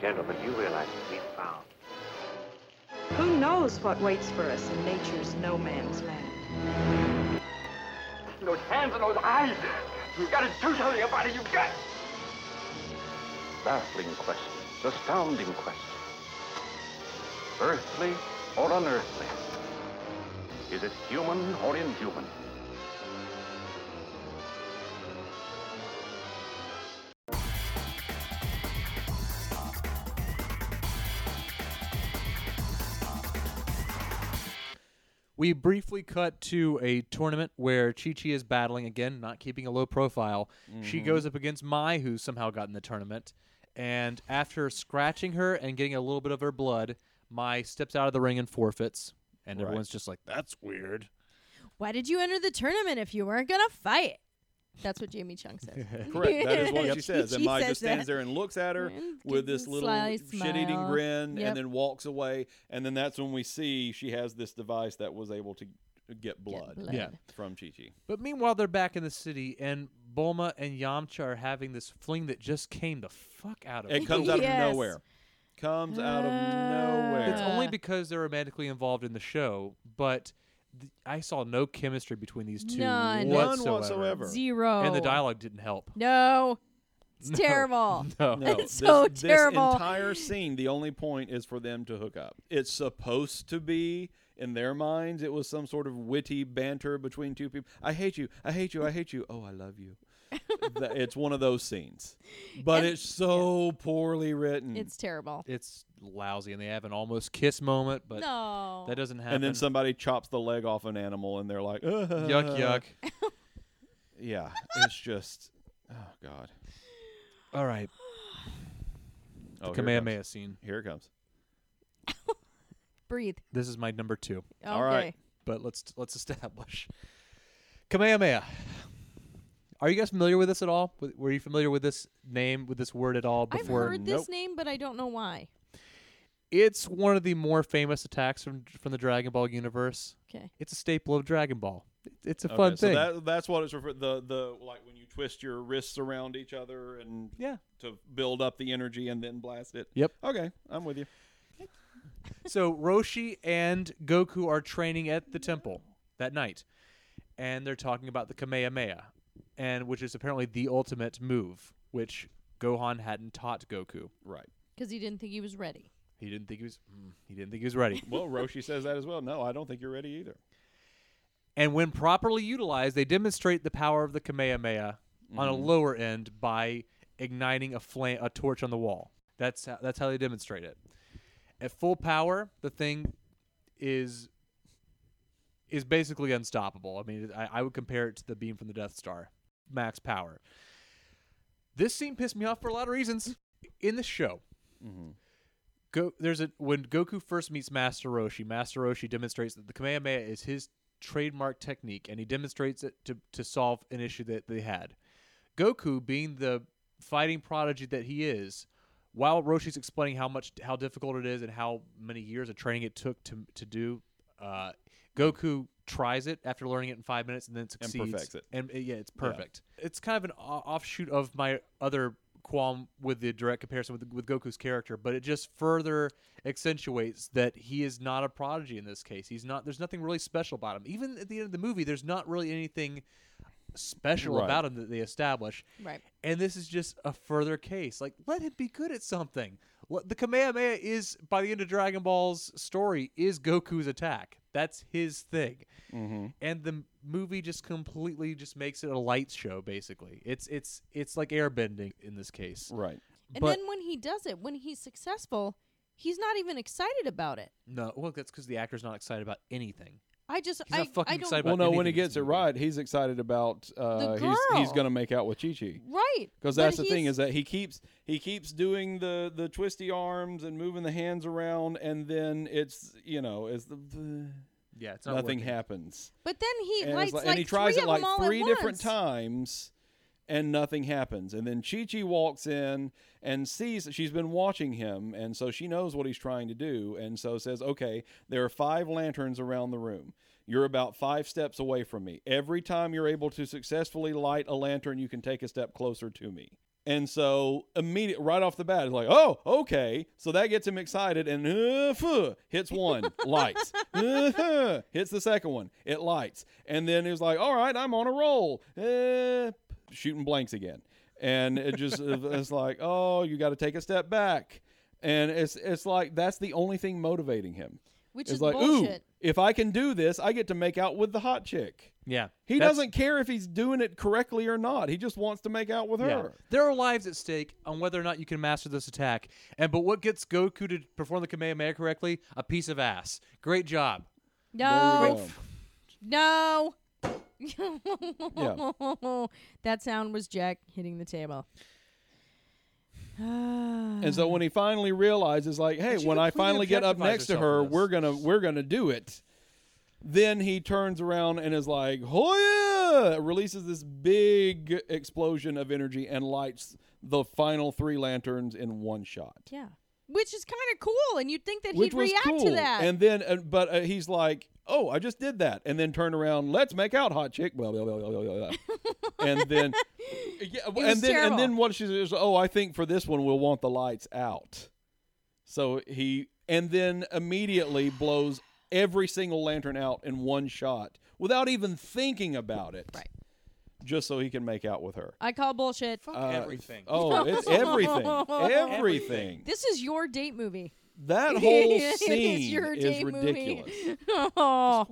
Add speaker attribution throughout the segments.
Speaker 1: Gentlemen, you realize that we've found
Speaker 2: Who knows what waits for us in nature's no man's land?
Speaker 3: those hands and those eyes. You've got to do something about it. You've got.
Speaker 1: baffling questions, astounding questions. Earthly or unearthly? Is it human or inhuman?
Speaker 4: We briefly cut to a tournament where Chi Chi is battling again, not keeping a low profile. She
Speaker 5: Mm-hmm.
Speaker 4: goes up against Mai, who somehow got in the tournament. And after scratching her and getting a little bit of her blood, Mai steps out of the ring and forfeits. And everyone's just like, that's weird.
Speaker 6: Why did you enter the tournament if you weren't gonna fight? That's what Jamie Chung says.
Speaker 5: Correct. That is what
Speaker 6: Yep.
Speaker 5: she says. And
Speaker 6: She
Speaker 5: Mike
Speaker 6: says
Speaker 5: just stands
Speaker 6: that.
Speaker 5: there and looks at her
Speaker 6: And
Speaker 5: with
Speaker 6: gives
Speaker 5: this
Speaker 6: a
Speaker 5: little
Speaker 6: sly
Speaker 5: shit-eating
Speaker 6: smile.
Speaker 5: grin,
Speaker 6: Yep.
Speaker 5: and then walks away. And then that's when we see she has this device that was able to get blood,
Speaker 6: blood.
Speaker 4: Yeah.
Speaker 5: from Chi Chi.
Speaker 4: But meanwhile, they're back in the city, and Bulma and Yamcha are having this fling that just came the fuck out of
Speaker 5: It
Speaker 4: them.
Speaker 5: comes out
Speaker 6: Yes.
Speaker 5: of nowhere. Comes out of nowhere.
Speaker 4: It's only
Speaker 6: Uh.
Speaker 4: because they're romantically involved in the show, but th- I saw no chemistry between these two
Speaker 6: None. None
Speaker 4: whatsoever.
Speaker 5: whatsoever.
Speaker 6: Zero.
Speaker 4: And the dialogue didn't help.
Speaker 6: No. It's
Speaker 4: No.
Speaker 6: terrible.
Speaker 4: No.
Speaker 5: No,
Speaker 6: It's so
Speaker 5: this,
Speaker 6: terrible.
Speaker 5: This entire scene, the only point is for them to hook up. It's supposed to be in their minds. It was some sort of witty banter between two people. I hate you. I hate you. I hate you. Oh, I love you. Th- it's one of those scenes, but
Speaker 6: And-
Speaker 5: it's so poorly written.
Speaker 6: It's terrible.
Speaker 4: It's lousy, and they have an almost kiss moment, but
Speaker 6: no.
Speaker 4: that doesn't happen.
Speaker 5: and then somebody chops the leg off an animal, and they're like,
Speaker 4: Yuck,
Speaker 5: uh,
Speaker 4: yuck.
Speaker 5: Yeah, it's just, oh god.
Speaker 4: All right,
Speaker 5: Oh, here it comes.
Speaker 4: Kamehameha scene.
Speaker 5: Here it comes.
Speaker 6: Breathe.
Speaker 4: This is my number two,
Speaker 6: Okay.
Speaker 5: All right.
Speaker 4: but let's let's establish Kamehameha. Are you guys familiar with this at all? W- Were you familiar with this name, with this word at all
Speaker 6: I've
Speaker 4: before?
Speaker 6: heard this
Speaker 5: Nope.
Speaker 6: name, but I don't know why.
Speaker 4: It's one of the more famous attacks from from the Dragon Ball universe.
Speaker 6: Okay.
Speaker 4: It's a staple of Dragon Ball. It's a
Speaker 5: Okay,
Speaker 4: fun
Speaker 5: so
Speaker 4: thing.
Speaker 5: that that's what it's referred the the like when you twist your wrists around each other and
Speaker 4: yeah.
Speaker 5: to build up the energy and then blast it.
Speaker 4: Yep.
Speaker 5: Okay, I'm with you.
Speaker 4: so Roshi and Goku are training at the temple that night, and they're talking about the Kamehameha, and which is apparently the ultimate move, which Gohan hadn't taught Goku.
Speaker 5: Right.
Speaker 6: Because he didn't think he was ready.
Speaker 4: He didn't think he was. mm, He didn't think he was ready.
Speaker 5: Well, Roshi says that as well. No, I don't think you're ready either.
Speaker 4: and when properly utilized, they demonstrate the power of the Kamehameha on a lower end by igniting a flame, a torch on the wall. That's how, that's how they demonstrate it. At full power, the thing is is basically unstoppable. I mean, I, I would compare it to the beam from the Death Star, max power. This scene pissed me off for a lot of reasons. In the show, Go, there's a when Goku first meets Master Roshi. Master Roshi demonstrates that the Kamehameha is his trademark technique, and he demonstrates it to to solve an issue that they had. Goku, being the fighting prodigy that he is, while Roshi's explaining how much how difficult it is and how many years of training it took to to do, uh, Goku tries it after learning it in five minutes and then succeeds
Speaker 5: perfects it.
Speaker 4: And uh, yeah, it's perfect. It's kind of an o- offshoot of my other qualm with the direct comparison with, with Goku's character, but it just further accentuates that he is not a prodigy in this case. He's not. There's nothing really special about him. Even at the end of the movie, there's not really anything special
Speaker 5: Right.
Speaker 4: about him that they establish.
Speaker 6: Right.
Speaker 4: And this is just a further case. Like, let him be good at something. Let- The Kamehameha is, by the end of Dragon Ball's story, is Goku's attack. That's his thing.
Speaker 5: Mm-hmm.
Speaker 4: And the m- movie just completely just makes it a light show. Basically, it's it's it's like airbending in this case.
Speaker 5: Right.
Speaker 6: And
Speaker 4: But-
Speaker 6: then when he does it, when he's successful, he's not even excited about it.
Speaker 4: No, well, that's because the actor's not excited about anything.
Speaker 6: I just,
Speaker 4: He's
Speaker 6: I,
Speaker 4: not fucking
Speaker 6: I don't.
Speaker 4: excited
Speaker 5: Well,
Speaker 4: About
Speaker 5: no, when
Speaker 4: anything
Speaker 5: he
Speaker 4: in this
Speaker 5: gets it
Speaker 4: movie.
Speaker 5: right, he's excited about uh, he's he's
Speaker 6: girl.
Speaker 5: going to make out with Chi Chi.
Speaker 6: Right.
Speaker 5: Because
Speaker 6: But
Speaker 5: that's the thing
Speaker 6: he's-
Speaker 5: is that he keeps he keeps doing the the twisty arms and moving the hands around, and then it's you know it's the, the
Speaker 4: Yeah, it's not
Speaker 5: nothing
Speaker 4: working.
Speaker 5: happens.
Speaker 6: But then he
Speaker 5: and,
Speaker 6: lights
Speaker 5: it's like-
Speaker 6: like,
Speaker 5: and he tries
Speaker 6: three
Speaker 5: it
Speaker 6: of
Speaker 5: like
Speaker 6: them all at
Speaker 5: three different
Speaker 6: once.
Speaker 5: times and nothing happens and then chi chi walks in and sees that she's been watching him and so she knows what he's trying to do and so says okay there are five lanterns around the room You're about five steps away from me. Every time you're able to successfully light a lantern, you can take a step closer to me. And so, immediate right off the bat, it's like, oh, okay. So that gets him excited, and uh, phew, hits one, lights. Uh, hits the second one, it lights. And then he's like, all right, I'm on a roll. Uh, shooting blanks again, and it just it's like, oh, you got to take a step back. And it's it's like that's the only thing motivating him.
Speaker 6: Which
Speaker 5: It's
Speaker 6: is
Speaker 5: like, ooh,
Speaker 6: bullshit.
Speaker 5: if I can do this, I get to make out with the hot chick.
Speaker 4: Yeah.
Speaker 5: He
Speaker 4: That's-
Speaker 5: doesn't care if he's doing it correctly or not. He just wants to make out with
Speaker 4: Yeah.
Speaker 5: her.
Speaker 4: There are lives at stake on whether or not you can master this attack. And but what gets Goku to perform the Kamehameha correctly? A piece of ass. Great job.
Speaker 5: There you
Speaker 6: No. No. That sound was Jack hitting the table.
Speaker 5: And so when he finally realizes, like, hey,
Speaker 4: she's
Speaker 5: when
Speaker 4: a
Speaker 5: I
Speaker 4: clean
Speaker 5: finally get up
Speaker 4: objectifies
Speaker 5: next to
Speaker 4: herself
Speaker 5: her,
Speaker 4: in this.
Speaker 5: we're gonna we're gonna do it. Then he turns around and is like, "Hoya!" Releases this big explosion of energy and lights the final three lanterns in one shot,
Speaker 6: yeah. Which is kind of cool, and you'd think that
Speaker 5: which
Speaker 6: he'd
Speaker 5: was
Speaker 6: react
Speaker 5: cool.
Speaker 6: to that.
Speaker 5: And then, uh, but uh, he's like, "Oh, I just did that," and then turn around, "Let's make out, hot chick." Blah, blah, blah, blah, blah, blah. and then, yeah,
Speaker 6: was
Speaker 5: and then
Speaker 6: terrible.
Speaker 5: and then what she says, "Oh, I think for this one we'll want the lights out." So he and then immediately blows every single lantern out in one shot without even thinking about it.
Speaker 6: Right.
Speaker 5: Just so he can make out with her.
Speaker 6: I call bullshit.
Speaker 5: Uh,
Speaker 4: everything.
Speaker 5: Oh, it's everything. everything.
Speaker 6: This is your date movie.
Speaker 5: That whole
Speaker 6: It is
Speaker 5: scene
Speaker 6: your
Speaker 5: is
Speaker 6: date movie.
Speaker 5: ridiculous.
Speaker 6: oh.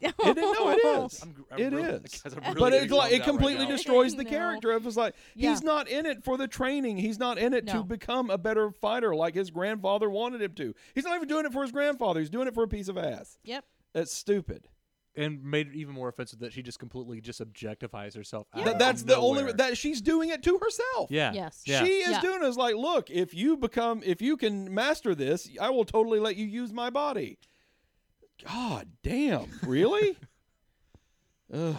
Speaker 5: It, is- no, it is.
Speaker 4: I'm gr- I'm
Speaker 5: It
Speaker 4: really-
Speaker 5: is.
Speaker 4: guys, I'm
Speaker 5: but it, like,
Speaker 4: really getting bummed
Speaker 5: it
Speaker 4: out right
Speaker 5: completely
Speaker 4: now.
Speaker 5: destroys
Speaker 6: I
Speaker 5: the
Speaker 6: know.
Speaker 5: character. It was like
Speaker 6: Yeah.
Speaker 5: he's not in it for the training. He's not in it
Speaker 6: No.
Speaker 5: to become a better fighter like his grandfather wanted him to. He's not even doing it for his grandfather. He's doing it for a piece of ass.
Speaker 6: Yep.
Speaker 5: That's stupid.
Speaker 4: and made it even more offensive that she just completely just objectifies herself. out
Speaker 5: That,
Speaker 4: of
Speaker 5: that's the only
Speaker 4: nowhere.
Speaker 5: that she's doing it to herself.
Speaker 4: Yeah.
Speaker 6: Yes.
Speaker 4: Yeah.
Speaker 5: She is
Speaker 6: Yeah.
Speaker 5: doing is like, look, if you become, if you can master this, I will totally let you use my body. God damn, really? Ugh.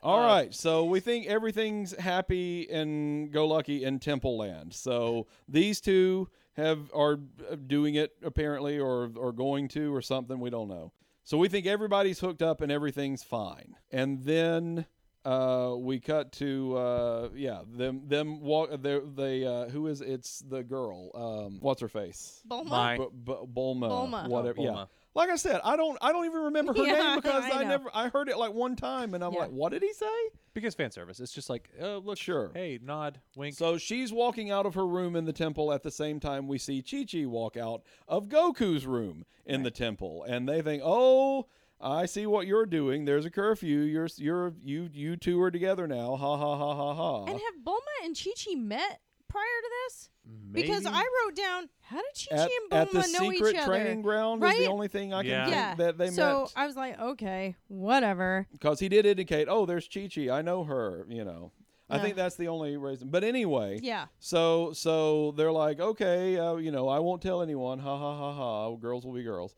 Speaker 5: All
Speaker 4: Uh,
Speaker 5: right, so we think everything's happy and go lucky in Temple Land. So these two have are uh, doing it apparently, or or going to, or something. We don't know. So we think everybody's hooked up and everything's fine. And then uh, we cut to uh, yeah, them them walk. They they uh, who is it's the girl. Um, what's her face?
Speaker 6: Bulma?
Speaker 4: My-
Speaker 5: B- B- Bulma,
Speaker 6: Bulma.
Speaker 5: whatever.
Speaker 4: Oh,
Speaker 5: Yeah.
Speaker 4: Bulma.
Speaker 5: Like I said, I don't I don't even remember her
Speaker 6: Yeah,
Speaker 5: name because
Speaker 6: I
Speaker 5: I,
Speaker 6: know.
Speaker 5: never I heard it like one time and I'm
Speaker 6: Yeah.
Speaker 5: like, what did he say?
Speaker 4: Because fan service. It's just like, oh look,
Speaker 5: Sure.
Speaker 4: Hey, nod, wink.
Speaker 5: So she's walking out of her room in the temple at the same time we see Chi Chi walk out of Goku's room in the temple, and they think, "Oh, I see what you're doing. There's a curfew. You're you're you you two are together now. Ha ha ha ha ha."
Speaker 6: And have Bulma and Chi Chi met prior to this? Because
Speaker 4: Maybe?
Speaker 6: I wrote down how did Chi
Speaker 5: at,
Speaker 6: Chi and Bulma
Speaker 5: at the
Speaker 6: know
Speaker 5: secret
Speaker 6: each other?
Speaker 5: training ground is
Speaker 6: right?
Speaker 5: the only thing I can
Speaker 4: Yeah.
Speaker 5: think
Speaker 6: yeah.
Speaker 5: that they
Speaker 6: so
Speaker 5: met
Speaker 6: I was like, okay, whatever.
Speaker 5: because he did indicate, "Oh, there's Chi Chi. I know her." You know, I
Speaker 6: Yeah.
Speaker 5: think that's the only reason. But anyway,
Speaker 6: Yeah.
Speaker 5: So so they're like, okay, uh, you know, I won't tell anyone. Ha ha ha ha. Girls will be girls.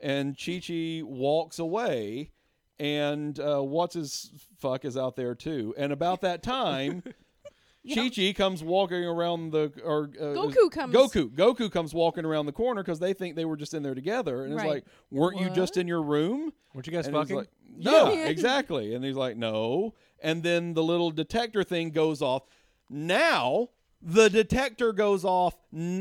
Speaker 5: And Chi Chi walks away, and uh, what's his fuck is out there too. And about that time, Chi Chi comes walking around the or uh,
Speaker 6: Goku comes-
Speaker 5: Goku Goku comes walking around the corner because they think they were just in there together, and
Speaker 6: Right.
Speaker 5: it's like, weren't you just
Speaker 6: What?
Speaker 5: in your room?
Speaker 4: Weren't you guys
Speaker 5: And he's
Speaker 4: fucking?
Speaker 5: like, no,
Speaker 6: Yeah.
Speaker 5: exactly. And he's like, no. And then the little detector thing goes off. Now the detector goes off.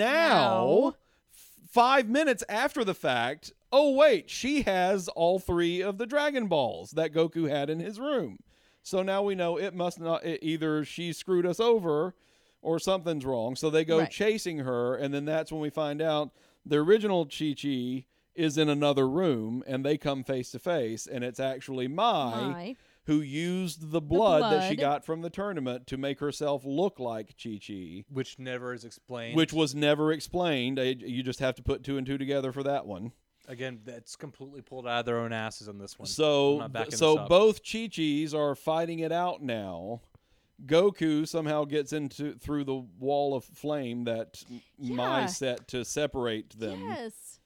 Speaker 5: Now,
Speaker 6: Now.
Speaker 5: f- five minutes after the fact. Oh wait, she has all three of the Dragon Balls that Goku had in his room. So now we know it must not it, either she screwed us over or something's wrong. So they go
Speaker 6: Right.
Speaker 5: chasing her, and then that's when we find out the original Chi Chi is in another room, and they come face to face, and it's actually Mai,
Speaker 6: Mai.
Speaker 5: who used the blood, that she
Speaker 6: blood.
Speaker 5: got from the tournament to make herself look like Chi Chi,
Speaker 4: Which never is explained.
Speaker 5: which was never explained. I- You just have to put two and two together for that one.
Speaker 4: again, that's completely pulled out of their own asses on this one. I'm
Speaker 5: So,
Speaker 4: not backing
Speaker 5: so
Speaker 4: this up.
Speaker 5: both Chi Chi's are fighting it out now. Goku somehow gets into through the wall of flame that
Speaker 6: Yeah.
Speaker 5: Mai set to separate them.
Speaker 6: Yes.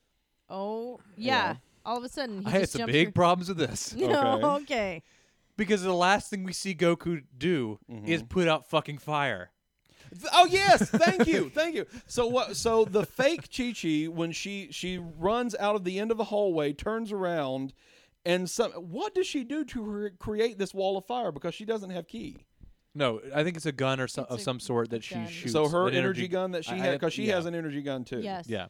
Speaker 6: Oh yeah.
Speaker 5: Yeah.
Speaker 6: All of a sudden he
Speaker 4: I
Speaker 6: just
Speaker 4: had some
Speaker 6: jumps
Speaker 4: big
Speaker 6: through-
Speaker 4: problems with this
Speaker 6: No,
Speaker 5: Okay.
Speaker 6: okay.
Speaker 4: because the last thing we see Goku do is put out fucking fire.
Speaker 5: Th- Oh yes, thank you, thank you. So what? So the fake Chi Chi when she she runs out of the end of the hallway, turns around, And some what does she do to re- create this wall of fire because she doesn't have key?
Speaker 4: No, I think it's a gun or so,
Speaker 6: It's
Speaker 4: of
Speaker 6: a-
Speaker 4: some sort that
Speaker 6: a
Speaker 4: she
Speaker 6: gun.
Speaker 4: shoots.
Speaker 5: so her
Speaker 4: an
Speaker 5: energy, gun that she
Speaker 4: I- I
Speaker 5: had
Speaker 4: have-
Speaker 5: because she
Speaker 4: yeah.
Speaker 5: has an energy gun too.
Speaker 6: Yes.
Speaker 4: Yeah.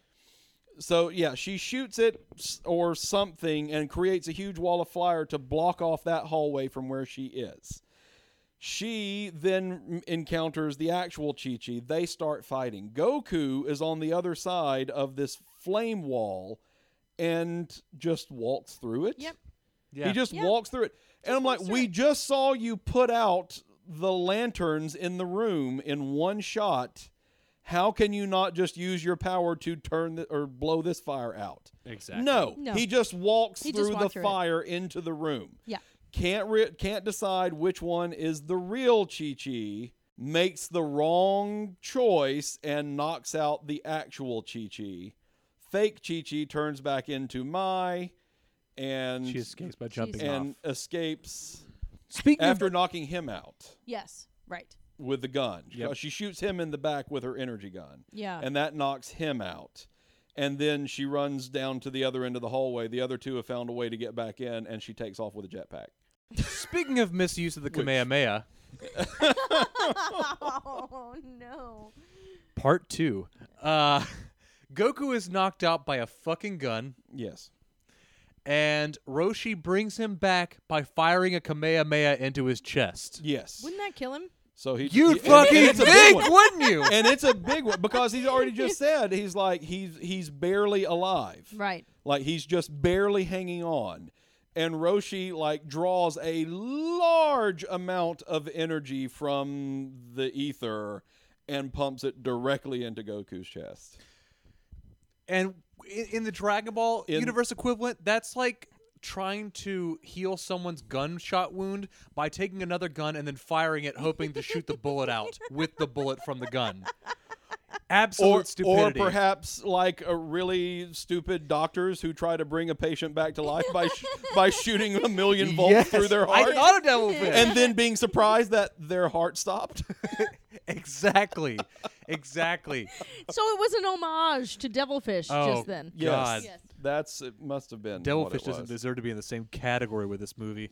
Speaker 5: So yeah, she shoots it s- or something and creates a huge wall of fire to block off that hallway from where she is. She then m- encounters the actual Chi Chi. They start fighting. Goku is on the other side of this flame wall and just walks through it.
Speaker 6: Yep.
Speaker 4: Yeah.
Speaker 5: He just
Speaker 6: Yeah.
Speaker 5: walks through it. And I'm like,
Speaker 6: walks through
Speaker 5: we
Speaker 6: it.
Speaker 5: just saw you put out the lanterns in the room in one shot. How can you not just use your power to turn the, or blow this fire out?
Speaker 4: Exactly.
Speaker 5: No,
Speaker 6: No.
Speaker 5: he just walks
Speaker 6: He just
Speaker 5: through the
Speaker 6: walked through it.
Speaker 5: fire into the room.
Speaker 6: Yeah.
Speaker 5: Can't re- can't decide which one is the real Chi Chi. Makes the wrong choice and knocks out the actual Chi Chi. Fake Chi Chi turns back into Mai, and
Speaker 4: She escapes by jumping
Speaker 6: Jesus.
Speaker 5: and
Speaker 4: off.
Speaker 5: escapes
Speaker 4: Speaking
Speaker 5: after knocking him out
Speaker 6: Yes. Right.
Speaker 5: with the gun.
Speaker 4: Yep.
Speaker 5: She shoots him in the back with her energy gun.
Speaker 6: Yeah.
Speaker 5: And that knocks him out. And then she runs down to the other end of the hallway. The other two have found a way to get back in, and she takes off with a jetpack.
Speaker 4: of, speaking of misuse of the
Speaker 5: Which-
Speaker 4: Kamehameha,
Speaker 6: oh no.
Speaker 4: part two. Uh, Goku is knocked out by a fucking gun,
Speaker 5: Yes.
Speaker 4: and Roshi brings him back by firing a Kamehameha into his chest.
Speaker 5: Yes.
Speaker 6: Wouldn't that kill him?
Speaker 5: so he
Speaker 4: You'd
Speaker 5: and- and
Speaker 4: fucking
Speaker 5: it's a big
Speaker 4: think,
Speaker 5: one.
Speaker 4: wouldn't you?
Speaker 5: and it's a big one because he's already just said he's like he's he's barely alive.
Speaker 6: Right.
Speaker 5: Like he's just barely hanging on. And Roshi like draws a large amount of energy from the ether and pumps it directly into Goku's chest.
Speaker 4: And in, in the Dragon Ball
Speaker 5: In-
Speaker 4: universe equivalent, that's like trying to heal someone's gunshot wound by taking another gun and then firing it, hoping to shoot the bullet out with the bullet from the gun. Absolute
Speaker 5: Or, or
Speaker 4: stupidity.
Speaker 5: perhaps like a really stupid doctors who try to bring a patient back to life by sh- by shooting a million volts
Speaker 4: Yes,
Speaker 5: through their
Speaker 4: I
Speaker 5: heart
Speaker 4: thought of Devil Fish.
Speaker 5: and then being surprised that their heart stopped.
Speaker 4: exactly, exactly.
Speaker 6: So it was an homage to Devilfish
Speaker 4: Oh,
Speaker 6: just then.
Speaker 5: Yes.
Speaker 4: God.
Speaker 6: Yes.
Speaker 5: That's it must have been what it
Speaker 4: Devilfish doesn't
Speaker 5: was.
Speaker 4: deserve to be in the same category with this movie.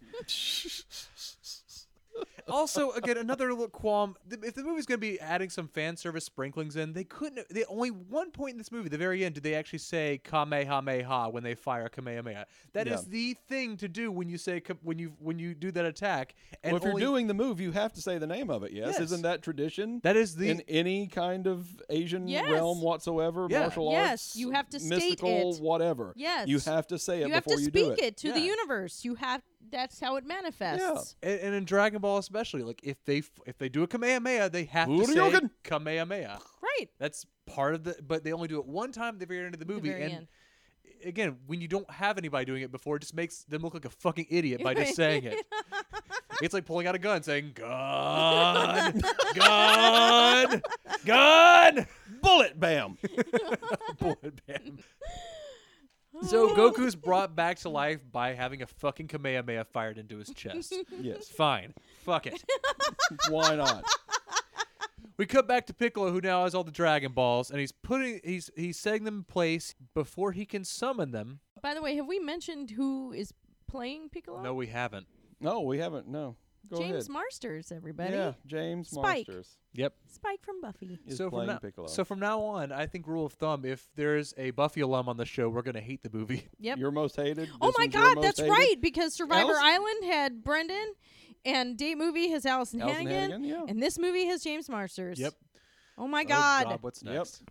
Speaker 4: also, again, another little qualm: th- if the movie's going to be adding some fan service sprinklings in, they couldn't. They only one point in this movie, the very end, did they actually say Kamehameha when they fire Kamehameha. That is
Speaker 5: Yeah.
Speaker 4: the thing to do when you say ka- when you when you do that attack. And
Speaker 5: well, if
Speaker 4: only-
Speaker 5: you're doing the move, you have to say the name of it. Yes,
Speaker 4: Yes.
Speaker 5: isn't that tradition?
Speaker 4: that is the
Speaker 5: in any kind of Asian
Speaker 6: Yes.
Speaker 5: realm whatsoever,
Speaker 4: Yeah.
Speaker 5: martial
Speaker 6: Yes,
Speaker 5: arts,
Speaker 6: you have to state
Speaker 5: mystical,
Speaker 6: it.
Speaker 5: whatever.
Speaker 6: Yes.
Speaker 5: you have to say it
Speaker 6: You have
Speaker 5: before
Speaker 6: to
Speaker 5: you
Speaker 6: speak
Speaker 5: do
Speaker 6: it.
Speaker 5: it.
Speaker 6: to the
Speaker 4: Yeah.
Speaker 6: universe. You have that's how it manifests.
Speaker 4: and, and in Dragon Ball especially, like if they f- if they do a Kamehameha, they have to say
Speaker 5: Hadouken.
Speaker 4: Kamehameha.
Speaker 6: Right.
Speaker 4: That's part of the, but they only do it one time at the very end of the
Speaker 6: The
Speaker 4: movie.
Speaker 6: very
Speaker 4: and
Speaker 6: end.
Speaker 4: again, when you don't have anybody doing it before, it just makes them look like a fucking idiot by just saying it. it's like pulling out a gun, saying "gun, gun, gun,
Speaker 5: Bullet, bam.
Speaker 4: bullet bam." So Goku's brought back to life by having a fucking Kamehameha fired into his chest.
Speaker 5: yes,
Speaker 4: Fine, fuck it.
Speaker 5: why not?
Speaker 4: We cut back to Piccolo, who now has all the Dragon Balls, and he's putting he's he's setting them in place before he can summon them.
Speaker 6: By the way, have we mentioned who is playing Piccolo?
Speaker 4: No, we haven't.
Speaker 5: No, we haven't. No, go
Speaker 6: James
Speaker 5: ahead.
Speaker 6: Marsters, everybody.
Speaker 5: yeah, James
Speaker 6: Spike.
Speaker 5: Marsters
Speaker 4: Yep.
Speaker 6: Spike from Buffy.
Speaker 5: is
Speaker 4: so
Speaker 5: playing
Speaker 4: from now,
Speaker 5: Piccolo.
Speaker 4: So from now on, I think rule of thumb: if there's a Buffy alum on the show, we're gonna hate the movie.
Speaker 6: Yep.
Speaker 5: your most hated.
Speaker 6: oh
Speaker 5: this
Speaker 6: my
Speaker 5: one's your
Speaker 6: God,
Speaker 5: most
Speaker 6: that's
Speaker 5: hated.
Speaker 6: right. Because Survivor
Speaker 5: Alice-
Speaker 6: Island had Brendan, and Date Movie has Allison,
Speaker 5: Allison
Speaker 6: Hannigan,
Speaker 5: Hannigan, yeah.
Speaker 6: and this movie has James Marsters. Oh my God.
Speaker 4: Oh, God, what's
Speaker 5: Yep.
Speaker 4: next?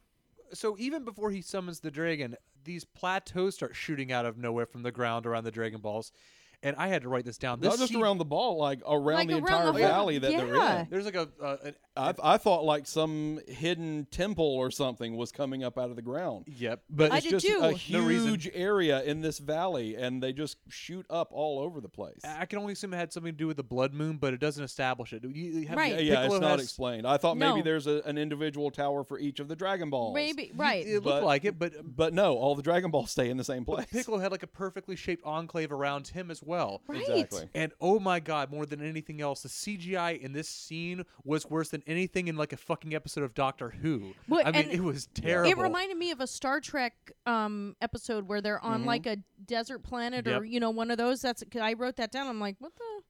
Speaker 4: So even before he summons the dragon, these plateaus start shooting out of nowhere from the ground around the dragon balls, and I had to write this down. This
Speaker 5: Not just
Speaker 4: scene-
Speaker 5: around the ball, like around
Speaker 6: Like
Speaker 5: the
Speaker 6: around
Speaker 5: entire
Speaker 6: the whole-
Speaker 5: valley that they're
Speaker 6: Yeah.
Speaker 5: in.
Speaker 4: There's like a uh, an,
Speaker 5: I, I thought like some hidden temple or something was coming up out of the ground.
Speaker 4: yep,
Speaker 5: But
Speaker 6: I
Speaker 5: it's
Speaker 6: did
Speaker 5: just
Speaker 6: too.
Speaker 5: a
Speaker 4: No reason.
Speaker 5: huge area in this valley, and they just shoot up all over the place.
Speaker 6: Ah,
Speaker 4: I I can only assume it had something to do with the blood moon, but it doesn't establish it. You- You have
Speaker 6: Right.
Speaker 5: Yeah,
Speaker 6: Hey,
Speaker 5: yeah,
Speaker 4: Piccolo
Speaker 5: it's not
Speaker 4: has-
Speaker 5: explained. I thought maybe
Speaker 6: No.
Speaker 5: there's a, an individual tower for each of the Dragon Balls.
Speaker 6: Maybe right.
Speaker 4: It looked
Speaker 5: But-
Speaker 4: like it, but
Speaker 5: But no, all the Dragon Balls stay in the same place.
Speaker 4: Piccolo had like a perfectly shaped enclave around him as well.
Speaker 6: Right.
Speaker 5: Exactly.
Speaker 4: And oh my god, more than anything else, the CGI in this scene was worse than anything in like a fucking episode of Doctor Who.
Speaker 6: Well,
Speaker 4: I mean,
Speaker 6: and
Speaker 4: it was terrible.
Speaker 6: It reminded me of a Star Trek um, episode where they're
Speaker 5: Mm-hmm.
Speaker 6: on like a desert planet
Speaker 4: Yep.
Speaker 6: or you know one of those. That's 'cause I wrote that down. I'm like, what the?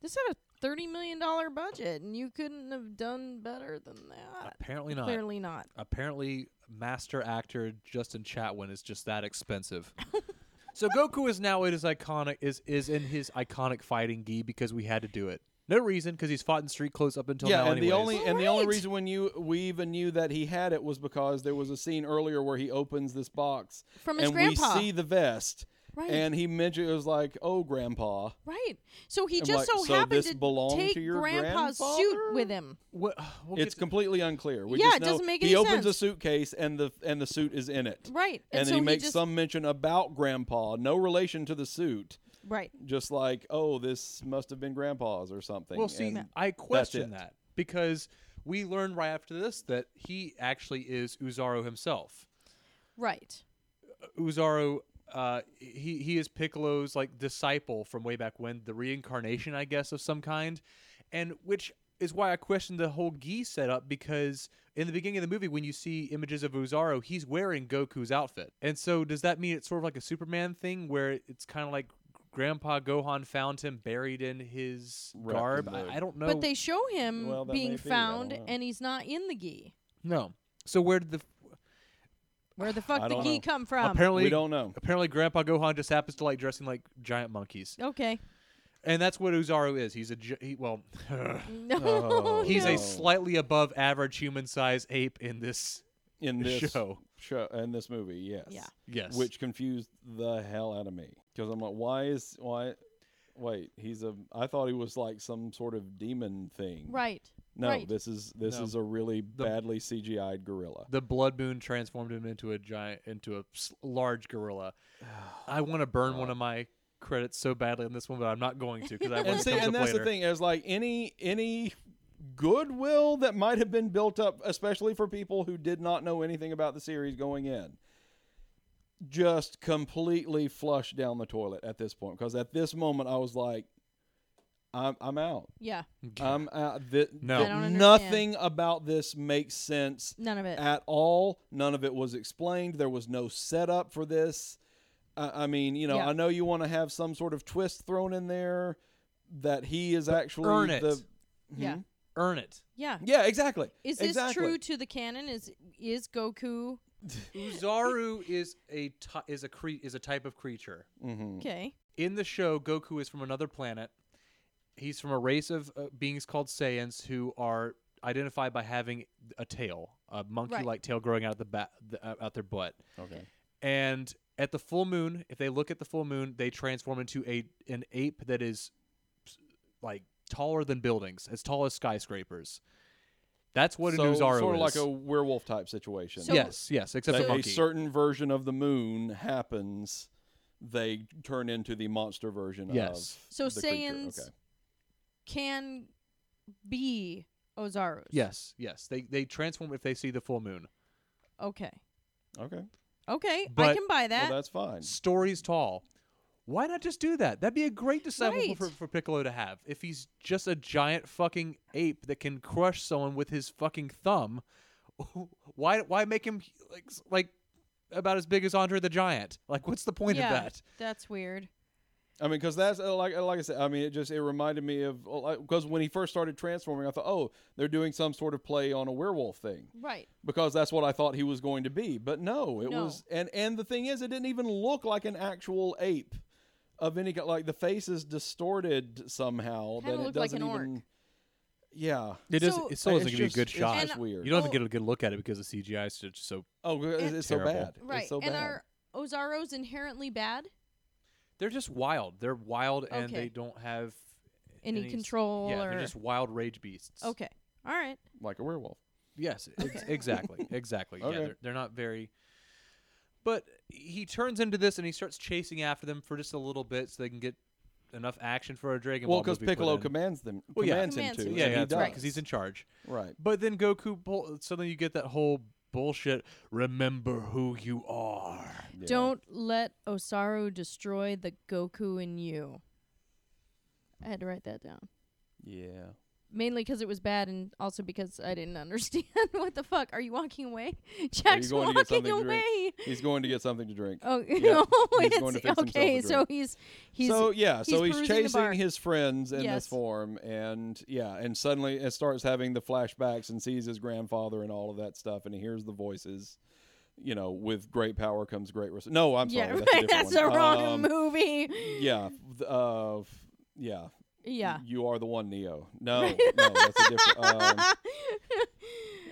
Speaker 6: This had a thirty million dollar budget, and you couldn't have done better than that.
Speaker 4: Apparently not.
Speaker 6: Clearly not.
Speaker 4: Apparently, master actor Justin Chatwin is just that expensive. so Goku is now in his iconic is is in his iconic fighting gi because we had to do it. No reason, because he's fought in street clothes up until
Speaker 5: yeah,
Speaker 4: now.
Speaker 5: and the
Speaker 4: anyways.
Speaker 5: only and the only
Speaker 6: Right.
Speaker 5: reason when you we even knew that he had it was because there was a scene earlier where he opens this box
Speaker 6: From his
Speaker 5: and
Speaker 6: grandpa.
Speaker 5: we see the vest,
Speaker 6: Right.
Speaker 5: and he mentioned it was like, "Oh, grandpa."
Speaker 6: Right. So he
Speaker 5: I'm
Speaker 6: just
Speaker 5: like,
Speaker 6: so,
Speaker 5: so
Speaker 6: happened
Speaker 5: this
Speaker 6: to
Speaker 5: belonged
Speaker 6: take
Speaker 5: to your
Speaker 6: grandpa's suit
Speaker 5: grandfather?
Speaker 6: with him.
Speaker 4: Wha- we'll
Speaker 5: it's
Speaker 4: get to-
Speaker 5: completely unclear. We
Speaker 6: Yeah,
Speaker 5: just
Speaker 6: it
Speaker 5: know
Speaker 6: doesn't make
Speaker 5: He
Speaker 6: any
Speaker 5: opens a
Speaker 6: sense.
Speaker 5: suitcase and the and the suit is in it.
Speaker 6: Right.
Speaker 5: And,
Speaker 6: And
Speaker 5: then
Speaker 6: so
Speaker 5: he
Speaker 6: he
Speaker 5: makes
Speaker 6: just-
Speaker 5: some mention about grandpa, no relation to the suit,
Speaker 6: Right.
Speaker 5: just like, "Oh, this must have been grandpa's or something."
Speaker 4: Well, see,
Speaker 5: and-
Speaker 4: I question
Speaker 5: it.
Speaker 4: that because we learn right after this that he actually is Uzaro himself.
Speaker 6: Right.
Speaker 4: Uzaro, uh, he he is Piccolo's like disciple from way back when, the reincarnation, I guess, of some kind, and which is why I questioned the whole gi setup because in the beginning of the movie, when you see images of Uzaro, he's wearing Goku's outfit, and so does that mean it's sort of like a Superman thing where it's kind of like Grandpa Gohan found him buried in his
Speaker 5: Wrapped in
Speaker 4: garb?
Speaker 5: the-
Speaker 4: I, I don't know.
Speaker 6: But they show him
Speaker 5: Well, that may
Speaker 6: being
Speaker 5: be, I don't
Speaker 6: found,
Speaker 5: know.
Speaker 6: and he's not in the gi.
Speaker 4: no. So where did the
Speaker 6: Where the fuck
Speaker 5: I
Speaker 6: the
Speaker 5: don't
Speaker 6: gi
Speaker 5: know.
Speaker 6: come from?
Speaker 4: apparently
Speaker 5: we don't know.
Speaker 4: apparently Grandpa Gohan just happens to like dressing like giant monkeys,
Speaker 6: Okay.
Speaker 4: and that's what Uzaro is. He's a gi- he, well,
Speaker 6: No.
Speaker 5: Oh,
Speaker 4: he's
Speaker 6: no.
Speaker 4: a slightly above average human size ape in this
Speaker 5: in this
Speaker 4: show.
Speaker 5: show in this movie. Yes.
Speaker 6: Yeah.
Speaker 4: Yes,
Speaker 5: Which confused the hell out of me because I'm like, why is why? Wait, he's a. I thought he was like some sort of demon thing.
Speaker 6: Right.
Speaker 5: No,
Speaker 6: right.
Speaker 5: this is this
Speaker 4: No.
Speaker 5: is a really badly CGI'd gorilla.
Speaker 4: the blood moon transformed him into a giant into a s- large gorilla. I want to burn one of my credits so badly on this one, but I'm not going to because I
Speaker 5: and
Speaker 4: want
Speaker 5: see,
Speaker 4: to
Speaker 5: and that's the thing is like any any goodwill that might have been built up, especially for people who did not know anything about the series going in, just completely flushed down the toilet at this point. Because at this moment, I was like, I'm I'm out.
Speaker 6: Yeah.
Speaker 5: I'm out. Th-
Speaker 4: No.
Speaker 5: th-
Speaker 6: I don't understand.
Speaker 5: nothing about this makes sense
Speaker 6: None of it.
Speaker 5: at all. None of it was explained. There was no setup for this. I, I mean, you know,
Speaker 6: Yeah.
Speaker 5: I know you want to have some sort of twist thrown in there that he is actually
Speaker 4: earn it.
Speaker 5: the.
Speaker 6: yeah.
Speaker 5: Mhm.
Speaker 4: Earn it.
Speaker 6: Yeah.
Speaker 5: Yeah, exactly.
Speaker 6: Is this
Speaker 5: Exactly.
Speaker 6: true to the canon? Is is Goku
Speaker 4: Uzaru is a ty- is a cre- is a type of creature.
Speaker 5: Mm-hmm.
Speaker 6: okay?
Speaker 4: in the show, Goku is from another planet. He's from a race of uh, beings called Saiyans who are identified by having a tail, a monkey-like tail growing out of the ba- the, uh, out their butt.
Speaker 5: Okay.
Speaker 4: And at the full moon, if they look at the full moon, they transform into a an ape that is like taller than buildings, as tall as skyscrapers. That's what
Speaker 5: so,
Speaker 4: an Uzaru
Speaker 5: sort of like
Speaker 4: is.
Speaker 5: a werewolf type situation.
Speaker 6: So-
Speaker 4: yes, yes, except
Speaker 5: That
Speaker 4: a
Speaker 5: a,
Speaker 4: monkey.
Speaker 5: certain version of the moon happens, they turn into the monster version
Speaker 4: Yes.
Speaker 5: of.
Speaker 6: So
Speaker 5: the creature.
Speaker 6: Saiyans
Speaker 5: Okay.
Speaker 6: can be Ozarus.
Speaker 4: yes, yes. They they transform if they see the full moon.
Speaker 6: Okay.
Speaker 5: Okay.
Speaker 6: Okay. I
Speaker 4: But-
Speaker 6: can buy
Speaker 5: Well,
Speaker 6: that.
Speaker 5: that's fine.
Speaker 4: stories tall. Why not just do that? That'd be a great disciple
Speaker 6: Right.
Speaker 4: for, for Piccolo to have. If he's just a giant fucking ape that can crush someone with his fucking thumb, why why make him like s- like about as big as Andre the Giant? Like, what's the point
Speaker 6: yeah.
Speaker 4: of that?
Speaker 6: That's weird.
Speaker 5: I mean, because that's uh, like like I said. I mean, it just it reminded me of because when he first started transforming, I thought, oh, they're doing some sort of play on a werewolf thing
Speaker 6: Right.
Speaker 5: because that's what I thought he was going to be. But no, it
Speaker 6: No.
Speaker 5: was and and the thing is, it didn't even look like an actual ape of any kind. Like the face is distorted somehow.
Speaker 6: Kinda
Speaker 5: That it
Speaker 6: looked like
Speaker 5: doesn't
Speaker 6: an orc.
Speaker 5: even. Yeah.
Speaker 4: It
Speaker 6: is- So- it
Speaker 5: still doesn't give you a good shot.
Speaker 6: just
Speaker 5: weird.
Speaker 4: You don't
Speaker 6: Oh.
Speaker 4: even get a good look at it because the CGI is just so.
Speaker 5: Oh, it's,
Speaker 6: And-
Speaker 5: it's so
Speaker 4: Terrible.
Speaker 5: bad.
Speaker 6: Right.
Speaker 5: It's so
Speaker 6: and
Speaker 5: bad.
Speaker 6: are Ozaros inherently bad?
Speaker 4: They're just wild. They're wild and
Speaker 6: Okay.
Speaker 4: they don't have
Speaker 6: Any
Speaker 4: s-
Speaker 6: control
Speaker 4: Yeah,
Speaker 6: or-
Speaker 4: they're just wild rage beasts.
Speaker 6: Okay. All right.
Speaker 5: like a werewolf.
Speaker 4: Yes, ex- exactly, exactly.
Speaker 5: Okay.
Speaker 4: Yeah, they're, they're not very. But he turns into this and he starts chasing after them for just a little bit, so they can get enough action for a Dragon
Speaker 5: Well,
Speaker 4: Ball.
Speaker 5: because
Speaker 4: movie put
Speaker 5: Piccolo
Speaker 4: in.
Speaker 5: commands them.
Speaker 4: Well, yeah.
Speaker 5: commands
Speaker 6: Commands
Speaker 5: him to.
Speaker 6: him.
Speaker 5: and
Speaker 4: Yeah,
Speaker 5: he
Speaker 4: yeah, that's
Speaker 5: does.
Speaker 4: right, because he's in charge.
Speaker 5: Right.
Speaker 4: But then Goku pull, suddenly you get that whole bullshit. Remember who you are.
Speaker 5: Yeah.
Speaker 6: Don't let Osaru destroy the Goku in you. I had to write that down.
Speaker 5: Yeah.
Speaker 6: Mainly 'cause it was bad, and also because I didn't understand what the fuck. Are you walking away? Jack's
Speaker 5: going to get
Speaker 6: walking
Speaker 5: something to drink?
Speaker 6: drink? away.
Speaker 5: He's going to get something to drink.
Speaker 6: Oh,
Speaker 5: Yeah, he's
Speaker 6: it's-
Speaker 5: going to fix himself a
Speaker 6: okay. So
Speaker 5: drink.
Speaker 6: he's he's
Speaker 5: so yeah, so he's
Speaker 6: perusing the
Speaker 5: chasing
Speaker 6: bar.
Speaker 5: his friends in this
Speaker 6: Yes.
Speaker 5: form, and yeah, and suddenly it starts having the flashbacks and sees his grandfather and all of that stuff, and he hears the voices. You know, with great power comes great. Res- no, I'm sorry,
Speaker 6: yeah,
Speaker 5: that's, a
Speaker 6: right.
Speaker 5: different
Speaker 6: That's a
Speaker 5: one.
Speaker 6: wrong
Speaker 5: Um,
Speaker 6: movie.
Speaker 5: Yeah, th- uh, f- yeah,
Speaker 6: Yeah.
Speaker 5: You are the one, Neo. No, no, that's a different. Um,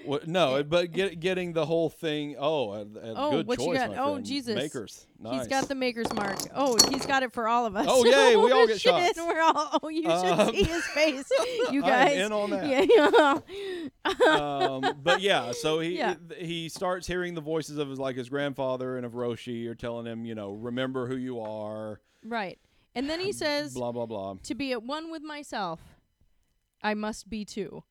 Speaker 5: what, no, but get, getting the whole thing. Oh, a, a
Speaker 6: Oh,
Speaker 5: good
Speaker 6: what you
Speaker 5: choice,
Speaker 6: got?
Speaker 5: my
Speaker 6: Oh,
Speaker 5: friend.
Speaker 6: Jesus.
Speaker 5: Makers. Nice.
Speaker 6: He's got the maker's mark. Oh, he's got it for all of us.
Speaker 5: Oh, yay, we all get
Speaker 6: Shit,
Speaker 5: shots.
Speaker 6: We're all. Oh, you should
Speaker 5: Um,
Speaker 6: see his face. You
Speaker 5: I am
Speaker 6: guys.
Speaker 5: in on that.
Speaker 6: Yeah. yeah.
Speaker 5: um, but yeah, so he
Speaker 6: Yeah.
Speaker 5: he starts hearing the voices of his like his grandfather and of Roshi are telling him, you know, remember who you are,
Speaker 6: right. And then he says,
Speaker 5: blah blah blah.
Speaker 6: "To be at one with myself, I must be two.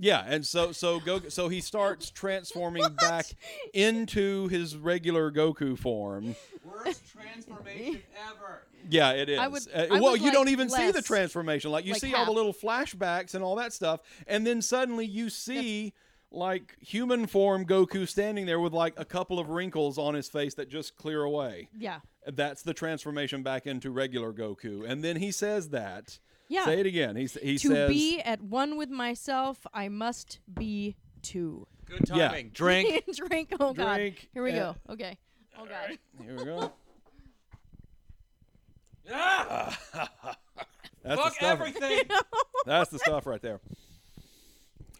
Speaker 5: Yeah, and so so go so he starts transforming back into his regular Goku form.
Speaker 4: Worst transformation ever.
Speaker 5: Yeah, it is.
Speaker 6: I would-
Speaker 5: Uh,
Speaker 6: I
Speaker 5: well,
Speaker 6: would
Speaker 5: you don't
Speaker 6: like
Speaker 5: even see the
Speaker 6: less.
Speaker 5: transformation. Like you
Speaker 6: Like
Speaker 5: see all the
Speaker 6: half.
Speaker 5: little flashbacks and all that stuff, and then suddenly you see like human form Goku standing there with like a couple of wrinkles on his face that just clear away.
Speaker 6: Yeah.
Speaker 5: That's the transformation back into regular Goku, and then he says that.
Speaker 6: Yeah.
Speaker 5: Say it again. He s- he
Speaker 6: to
Speaker 5: says
Speaker 6: be at one with myself, I must be two.
Speaker 4: Good
Speaker 5: Yeah.
Speaker 4: timing. Drink.
Speaker 6: Drink. Oh God.
Speaker 5: Drink eh.
Speaker 6: Here we
Speaker 5: and-
Speaker 6: go. Okay. Oh God.
Speaker 5: Here we go.
Speaker 4: ah,
Speaker 5: That's the
Speaker 4: fuck
Speaker 5: stuff.
Speaker 4: everything.
Speaker 5: That's the stuff right there.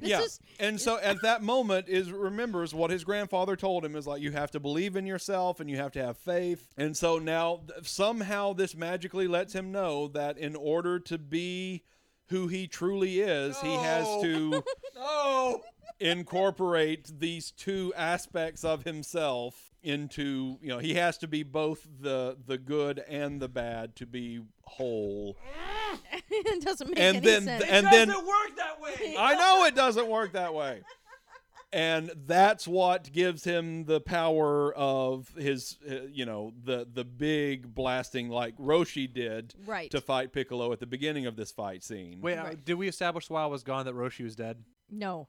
Speaker 6: This
Speaker 5: yeah.
Speaker 6: is-
Speaker 5: and so at that moment is remembers what his grandfather told him is like you have to believe in yourself and you have to have faith. And so now th- somehow this magically lets him know that in order to be who he truly is, he has to
Speaker 4: no.
Speaker 5: incorporate these two aspects of himself into, you know, he has to be both the the good and the bad to be whole.
Speaker 6: it doesn't make
Speaker 5: And
Speaker 6: any
Speaker 5: then
Speaker 6: sense.
Speaker 5: and then
Speaker 4: work that way.
Speaker 5: I know it doesn't work that way. And that's what gives him the power of his, uh, you know, the the big blasting like Roshi did
Speaker 6: Right.
Speaker 5: to fight Piccolo at the beginning of this fight scene.
Speaker 4: Wait, uh,
Speaker 6: Right.
Speaker 4: did we establish while I was gone that Roshi was dead?
Speaker 5: no,
Speaker 6: no.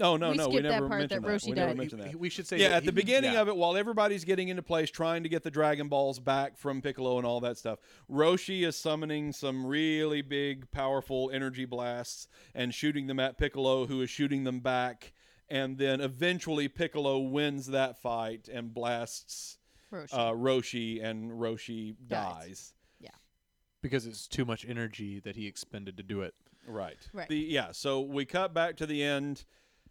Speaker 5: Oh, no,
Speaker 6: we
Speaker 5: no, we
Speaker 6: skipped that
Speaker 5: never
Speaker 6: part
Speaker 5: mentioned
Speaker 6: that Roshi
Speaker 5: We never
Speaker 6: died.
Speaker 5: mentioned that.
Speaker 4: We should say.
Speaker 5: yeah,
Speaker 4: that
Speaker 5: at the
Speaker 4: he-
Speaker 5: beginning
Speaker 4: yeah.
Speaker 5: of it, while everybody's getting into place trying to get the Dragon Balls back from Piccolo and all that stuff, Roshi is summoning some really big, powerful energy blasts and shooting them at Piccolo, who is shooting them back. And then eventually, Piccolo wins that fight and blasts
Speaker 6: Roshi.
Speaker 5: uh, Roshi, and Roshi
Speaker 6: Dies.
Speaker 5: dies.
Speaker 4: because it's too much energy that he expended to do it.
Speaker 5: Right.
Speaker 6: Right.
Speaker 5: The, yeah. So we cut back to the end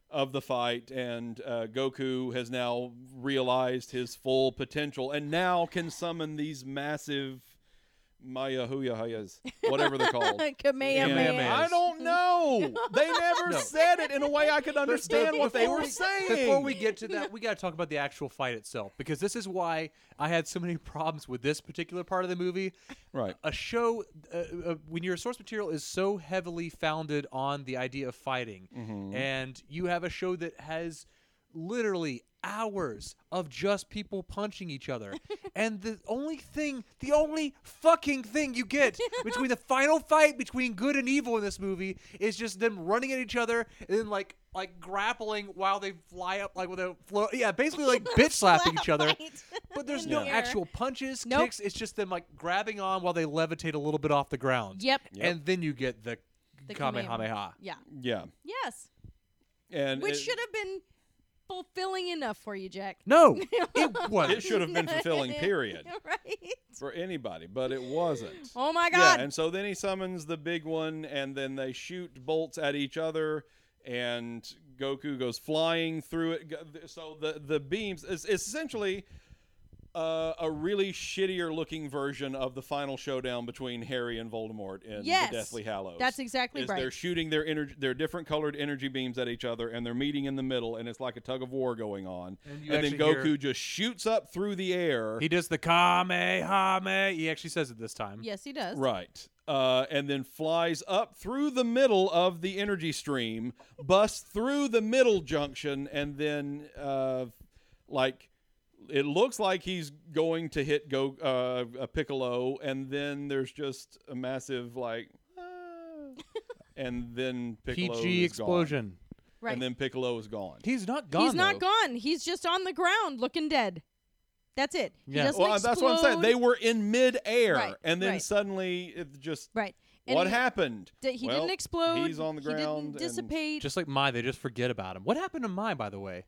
Speaker 5: of the fight, and uh, Goku has now realized his full potential, and now can summon these massive Maya Huyahayas, whatever they're called.
Speaker 6: Kamehameha. Mm-hmm.
Speaker 5: I don't know. They never said it in a way I could understand what they were saying.
Speaker 4: Before we get to that, we got to talk about the actual fight itself because this is why I had so many problems with this particular part of the movie.
Speaker 5: right.
Speaker 4: A show, uh, uh, when your source material is so heavily founded on the idea of fighting, and you have a show that has literally hours of just people punching each other, and the only thing, the only fucking thing you get between the final fight between good and evil in this movie is just them running at each other and then like like grappling while they fly up like with a flow. Yeah, basically like bitch slapping each other.
Speaker 6: Fight.
Speaker 4: But there's
Speaker 6: In
Speaker 4: no
Speaker 6: the air.
Speaker 4: actual punches,
Speaker 6: Nope.
Speaker 4: kicks. It's just them like grabbing on while they levitate a little bit off the ground.
Speaker 6: Yep.
Speaker 4: And then you get the,
Speaker 6: The
Speaker 4: Kamehameha.
Speaker 6: Yeah.
Speaker 5: Yeah.
Speaker 6: Yes.
Speaker 5: And
Speaker 6: Which
Speaker 5: it-
Speaker 6: should have been fulfilling enough for you, Jack.
Speaker 4: No, it
Speaker 5: it
Speaker 4: was.
Speaker 5: should have been fulfilling. Period.
Speaker 6: right.
Speaker 5: For anybody, but it wasn't.
Speaker 6: Oh my God.
Speaker 5: Yeah, and so then he summons the big one, and then they shoot bolts at each other, and Goku goes flying through it. Go- th- So the the beams is it's essentially uh, a really shittier looking version of the final showdown between Harry and Voldemort in
Speaker 6: Yes,
Speaker 5: the Deathly Hallows.
Speaker 6: that's exactly
Speaker 5: is
Speaker 6: right.
Speaker 5: They're shooting their energy, their different colored energy beams at each other, and they're meeting in the middle, and it's like a tug of war going on.
Speaker 4: And you
Speaker 5: then
Speaker 4: actually hear-
Speaker 5: Goku just shoots up through the air.
Speaker 4: he does the Kamehameha. He actually says it this time.
Speaker 6: yes, he does.
Speaker 5: Right. Uh, and then flies up through the middle of the energy stream, busts through the middle junction, and then, uh, like, it looks like he's going to hit go uh, a Piccolo, and then there's just a massive like. "Ah," and then Piccolo
Speaker 4: PG
Speaker 5: is
Speaker 4: explosion.
Speaker 5: gone.
Speaker 6: Right.
Speaker 5: and then Piccolo is gone.
Speaker 4: He's not gone.
Speaker 6: He's not
Speaker 4: though.
Speaker 6: gone. He's just on the ground looking dead. That's it.
Speaker 4: Yeah.
Speaker 6: He doesn't
Speaker 5: well, that's what I'm saying.
Speaker 6: explode.
Speaker 5: They were in midair,
Speaker 6: Right,
Speaker 5: and then
Speaker 6: right.
Speaker 5: suddenly it just
Speaker 6: right. And
Speaker 5: what
Speaker 6: he-
Speaker 5: happened?
Speaker 6: d- He
Speaker 5: Well,
Speaker 6: didn't explode.
Speaker 5: He's on the
Speaker 6: He
Speaker 5: ground.
Speaker 6: didn't
Speaker 5: and-
Speaker 6: dissipate.
Speaker 4: Just like Mai, they just forget about him. What happened to Mai, by the way?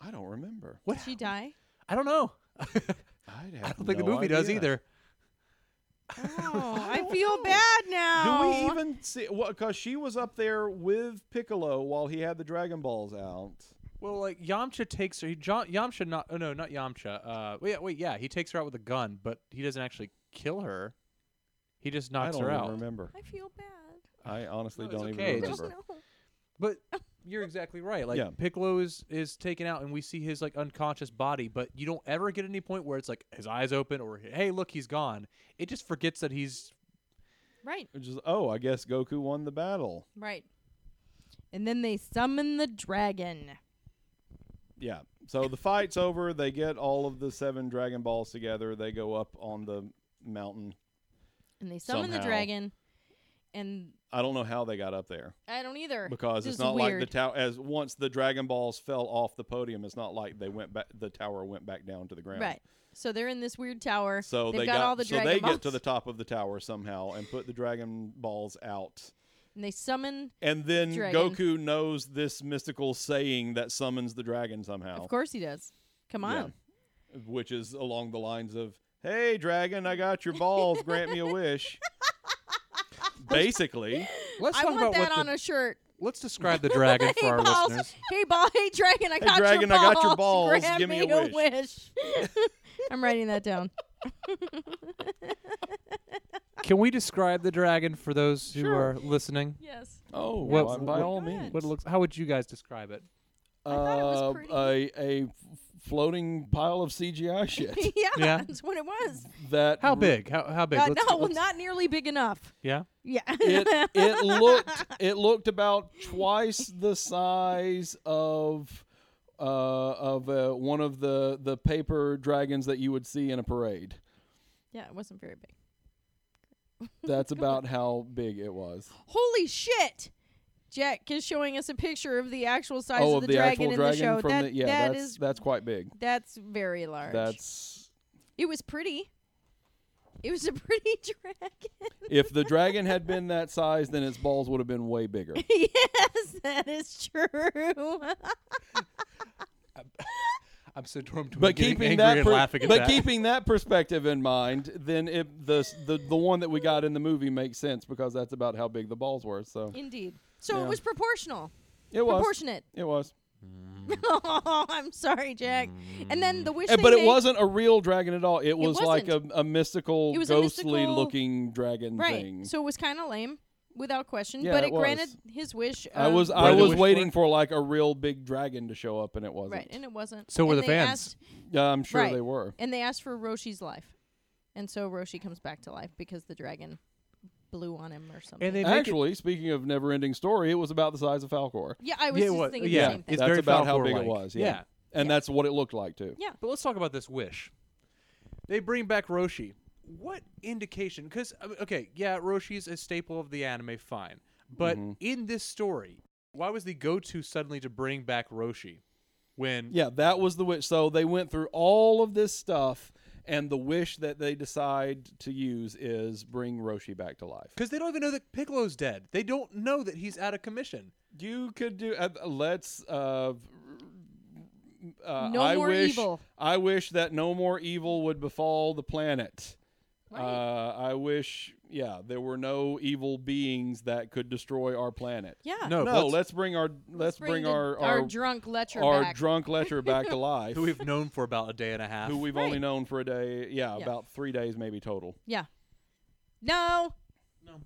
Speaker 5: I don't remember.
Speaker 4: What?
Speaker 6: Did she
Speaker 4: hap-
Speaker 6: die?
Speaker 4: I don't know.
Speaker 5: I'd
Speaker 4: I
Speaker 5: have
Speaker 4: don't think the
Speaker 5: no
Speaker 4: movie does
Speaker 5: idea.
Speaker 4: either.
Speaker 6: Oh, I
Speaker 5: don't
Speaker 6: feel
Speaker 5: know.
Speaker 6: bad
Speaker 5: Do
Speaker 6: now.
Speaker 5: we even see? Because she was up there with Piccolo while he had the Dragon Balls out.
Speaker 4: Well, like Yamcha takes her. He, Ja- Yamcha not. Oh no, not Yamcha. Uh, wait, wait, yeah, he takes her out with a gun, but he doesn't actually kill her. He just knocks
Speaker 5: I don't
Speaker 4: her
Speaker 5: even
Speaker 4: out.
Speaker 5: remember.
Speaker 6: I feel bad.
Speaker 5: I honestly
Speaker 4: No, it's
Speaker 5: don't
Speaker 4: okay,
Speaker 5: even
Speaker 6: I
Speaker 4: just-
Speaker 6: don't
Speaker 5: remember.
Speaker 6: know.
Speaker 4: But you're exactly right. Like
Speaker 5: Yeah.
Speaker 4: Piccolo is is taken out, and we see his like unconscious body, but you don't ever get any point where it's like his eyes open or hey, look, he's gone. It just forgets that he's
Speaker 6: Right.
Speaker 5: Which is, oh, I guess Goku won the battle.
Speaker 6: Right. And then they summon the dragon.
Speaker 5: Yeah. So the fight's over. They get all of the seven Dragon Balls together. They go up on the mountain.
Speaker 6: And they summon the
Speaker 5: Somehow.
Speaker 6: dragon. And
Speaker 5: I don't know how they got up there
Speaker 6: I don't either.
Speaker 5: because
Speaker 6: This
Speaker 5: it's
Speaker 6: is
Speaker 5: not
Speaker 6: weird.
Speaker 5: like the tower. As once the Dragon Balls fell off the podium, it's not like they went back. The tower went back down to the ground.
Speaker 6: Right. So they're in this weird tower.
Speaker 5: So
Speaker 6: They've
Speaker 5: they
Speaker 6: got, all the
Speaker 5: so
Speaker 6: dragon
Speaker 5: they
Speaker 6: balls.
Speaker 5: get to the top of the tower somehow and put the Dragon Balls out.
Speaker 6: and they summon.
Speaker 5: And then
Speaker 6: Dragon.
Speaker 5: Goku knows this mystical saying that summons the dragon somehow.
Speaker 6: Of course he does. Come on.
Speaker 5: Yeah. Which is along the lines of, Hey, dragon, I got your balls. Grant me a wish. Basically,
Speaker 4: Let's
Speaker 6: I
Speaker 4: talk
Speaker 6: want
Speaker 4: about
Speaker 6: that
Speaker 4: what
Speaker 6: on
Speaker 4: the,
Speaker 6: a shirt.
Speaker 4: Let's describe the dragon
Speaker 6: hey
Speaker 4: for our
Speaker 6: balls.
Speaker 4: listeners.
Speaker 6: Hey ball. Hey dragon. I
Speaker 5: Hey,
Speaker 6: got
Speaker 5: dragon,
Speaker 6: your
Speaker 5: I
Speaker 6: balls.
Speaker 5: got your balls.
Speaker 6: Grab
Speaker 5: Give me a
Speaker 6: wish. I'm writing that down.
Speaker 4: Can we describe the dragon for those who are listening?
Speaker 6: Yes.
Speaker 5: oh,
Speaker 4: What-
Speaker 5: well, by
Speaker 4: what-
Speaker 5: all
Speaker 6: Go
Speaker 5: means,
Speaker 6: ahead.
Speaker 4: What it looks? How would you guys describe it?
Speaker 5: uh,
Speaker 6: thought it was pretty.
Speaker 5: a a f- floating pile of CGI shit.
Speaker 6: yeah,
Speaker 4: Yeah.
Speaker 6: That's what it was.
Speaker 5: that
Speaker 4: How
Speaker 5: re-
Speaker 4: big? How how big?
Speaker 6: Uh,
Speaker 4: Let's-
Speaker 6: no, well,
Speaker 4: let's-
Speaker 6: not nearly big enough.
Speaker 4: yeah.
Speaker 6: Yeah.
Speaker 5: it it looked it looked about twice the size of uh, of uh, one of the the paper dragons that you would see in a parade.
Speaker 6: yeah, it wasn't very big.
Speaker 5: That's about how big it was.
Speaker 6: Holy shit! Jack is showing us a picture of the actual size
Speaker 5: oh,
Speaker 6: of the,
Speaker 5: actual
Speaker 6: dragon in
Speaker 5: dragon
Speaker 6: the show.
Speaker 5: from
Speaker 6: that
Speaker 5: the yeah,
Speaker 6: that
Speaker 5: that's
Speaker 6: is
Speaker 5: that's quite big.
Speaker 6: that's very large.
Speaker 5: That's
Speaker 6: it was pretty. It was a pretty dragon.
Speaker 5: if the dragon had been that size, then its balls would have been way bigger.
Speaker 6: yes, that is true.
Speaker 4: I'm so torn between
Speaker 5: But
Speaker 4: getting
Speaker 5: keeping
Speaker 4: angry
Speaker 5: that,
Speaker 4: and
Speaker 5: per-
Speaker 4: laughing at
Speaker 5: but
Speaker 4: that.
Speaker 5: keeping that perspective in mind, then it, the s- the the one that we got in the movie makes sense because that's about how big the balls were. So
Speaker 6: Indeed. So
Speaker 5: Yeah.
Speaker 6: it was proportional,
Speaker 5: it was
Speaker 6: proportionate.
Speaker 5: It was.
Speaker 6: oh, I'm sorry, Jack. And then the wish.
Speaker 5: Eh,
Speaker 6: they
Speaker 5: but it
Speaker 6: made-
Speaker 5: wasn't a real dragon at all. It was like a,
Speaker 6: wasn't.
Speaker 5: a mystical,
Speaker 6: It was a
Speaker 5: ghostly
Speaker 6: mystical-
Speaker 5: looking dragon
Speaker 6: right.
Speaker 5: thing.
Speaker 6: So it was kind of lame, without question.
Speaker 5: Yeah,
Speaker 6: but
Speaker 5: it
Speaker 6: it, granted
Speaker 5: was.
Speaker 6: his wish. Of
Speaker 5: I was I
Speaker 4: Where the
Speaker 5: was
Speaker 4: wish
Speaker 5: waiting
Speaker 4: worked.
Speaker 5: for like a real big dragon to show up, and it wasn't.
Speaker 6: right, and it wasn't.
Speaker 4: So were
Speaker 6: And
Speaker 4: the
Speaker 6: they
Speaker 4: fans.
Speaker 6: asked-
Speaker 5: Yeah, I'm sure
Speaker 6: Right.
Speaker 5: they were.
Speaker 6: And they asked for Roshi's life. And so Roshi comes back to life because the dragon blew on him or something.
Speaker 4: and they make it-
Speaker 5: Actually, speaking of never ending story, it was about the size of Falcor.
Speaker 6: yeah, I was
Speaker 4: yeah,
Speaker 6: just
Speaker 4: what-
Speaker 6: thinking
Speaker 4: yeah,
Speaker 6: the same thing.
Speaker 4: it's
Speaker 5: That's
Speaker 4: very
Speaker 5: about how
Speaker 4: Falcor-like.
Speaker 5: big it was. Yeah,
Speaker 4: yeah.
Speaker 5: and that's what it looked like too.
Speaker 6: Yeah.
Speaker 4: But let's talk about this wish. They bring back Roshi. What indication? Because okay, yeah, Roshi's a staple of the anime, fine. But
Speaker 5: Mm-hmm.
Speaker 4: in this story, why was the go-to suddenly to bring back Roshi? When
Speaker 5: Yeah, that was the wish. So they went through all of this stuff, and the wish that they decide to use is bring Roshi back to life.
Speaker 4: because they don't even know that Piccolo's dead. They don't know that he's out of commission.
Speaker 5: You could do. Uh, let's. Uh, uh,
Speaker 6: No
Speaker 5: I
Speaker 6: more
Speaker 5: wish,
Speaker 6: evil.
Speaker 5: I wish that no more evil would befall the planet. Uh, I wish, yeah, there were no evil beings that could destroy our planet.
Speaker 6: Yeah.
Speaker 4: No,
Speaker 5: No,
Speaker 4: let's-
Speaker 5: let's, bring our let's,
Speaker 6: Let's
Speaker 5: bring,
Speaker 6: the-
Speaker 5: our
Speaker 6: our,
Speaker 5: our,
Speaker 6: drunk lecher
Speaker 5: our
Speaker 6: back.
Speaker 5: drunk lecher back to life,
Speaker 4: who we've known for about a day and a half.
Speaker 5: who we've only
Speaker 6: Right.
Speaker 5: known for a day, yeah,
Speaker 6: Yeah.
Speaker 5: about three days maybe total.
Speaker 6: yeah. No.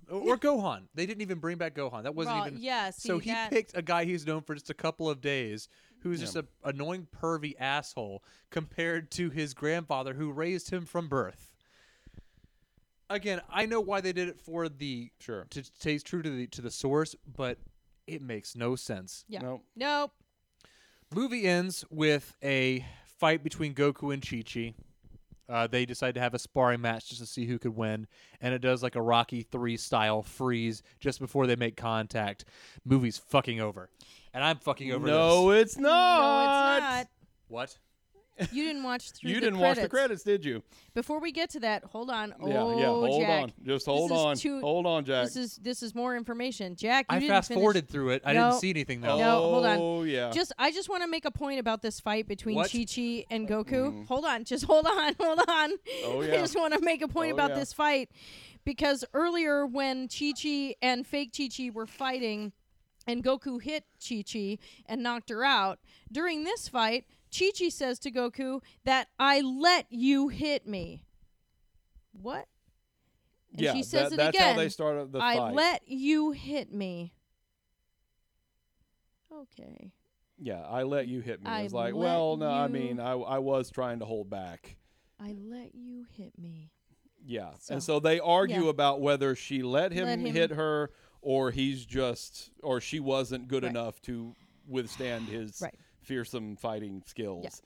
Speaker 4: or, or Gohan. They didn't even bring back Gohan. That wasn't
Speaker 6: Well,
Speaker 4: even.
Speaker 6: yeah,
Speaker 4: so
Speaker 6: see,
Speaker 4: he
Speaker 6: that-
Speaker 4: picked a guy he's known for just a couple of days, who's just an annoying pervy asshole compared to his grandfather who raised him from birth. Again, I know why they did it for the
Speaker 5: Sure.
Speaker 4: to stay true to the to the source, but it makes no sense.
Speaker 6: Yeah.
Speaker 5: Nope.
Speaker 6: Nope.
Speaker 4: Movie ends with a fight between Goku and Chi Chi. uh, they decide to have a sparring match just to see who could win, and it does like a Rocky Three style freeze just before they make contact. Movie's fucking over, and I'm fucking over.
Speaker 5: No,
Speaker 4: this.
Speaker 5: it's not.
Speaker 6: No, it's
Speaker 4: what?
Speaker 6: not. You didn't watch through
Speaker 5: You
Speaker 6: the
Speaker 5: didn't watch
Speaker 6: credits.
Speaker 5: the credits, did you?
Speaker 6: Before we get to that, hold on.
Speaker 5: yeah,
Speaker 6: oh,
Speaker 5: yeah. Hold
Speaker 6: Jack.
Speaker 5: on. Just hold
Speaker 6: is
Speaker 5: on.
Speaker 6: too-
Speaker 5: hold on, Jack.
Speaker 6: This is this is more information. Jack, you
Speaker 4: I
Speaker 6: didn't
Speaker 4: fast
Speaker 6: finish-
Speaker 4: forwarded through it. I
Speaker 6: No.
Speaker 4: didn't see anything though.
Speaker 6: No, hold on.
Speaker 5: Oh yeah.
Speaker 6: Just I just want to make a point about this fight between
Speaker 4: What?
Speaker 6: Chi Chi and Goku. Hold on, just hold on, hold on.
Speaker 5: Mm-hmm. Oh,
Speaker 6: I
Speaker 5: yeah.
Speaker 6: just want to make a point
Speaker 5: Oh,
Speaker 6: about
Speaker 5: yeah.
Speaker 6: this fight because earlier when Chi Chi and fake Chi Chi were fighting and Goku hit Chi Chi and knocked her out, during this fight, Chi Chi says to Goku that I let you hit me. What? And
Speaker 5: yeah,
Speaker 6: she says
Speaker 5: that-
Speaker 6: it
Speaker 5: that's
Speaker 6: again.
Speaker 5: how they started the
Speaker 6: I
Speaker 5: fight.
Speaker 6: let you hit me. Okay.
Speaker 5: yeah, I let you hit me.
Speaker 6: I
Speaker 5: I was like,
Speaker 6: let
Speaker 5: well, no, I
Speaker 6: you-
Speaker 5: mean, I, I was trying to hold back.
Speaker 6: I let you hit me.
Speaker 5: Yeah.
Speaker 6: So-
Speaker 5: and so they argue
Speaker 6: yeah.
Speaker 5: about whether she let him,
Speaker 6: Let him-
Speaker 5: hit her or he's just or she wasn't good
Speaker 6: Right.
Speaker 5: enough to withstand his
Speaker 6: Right.
Speaker 5: fearsome fighting skills.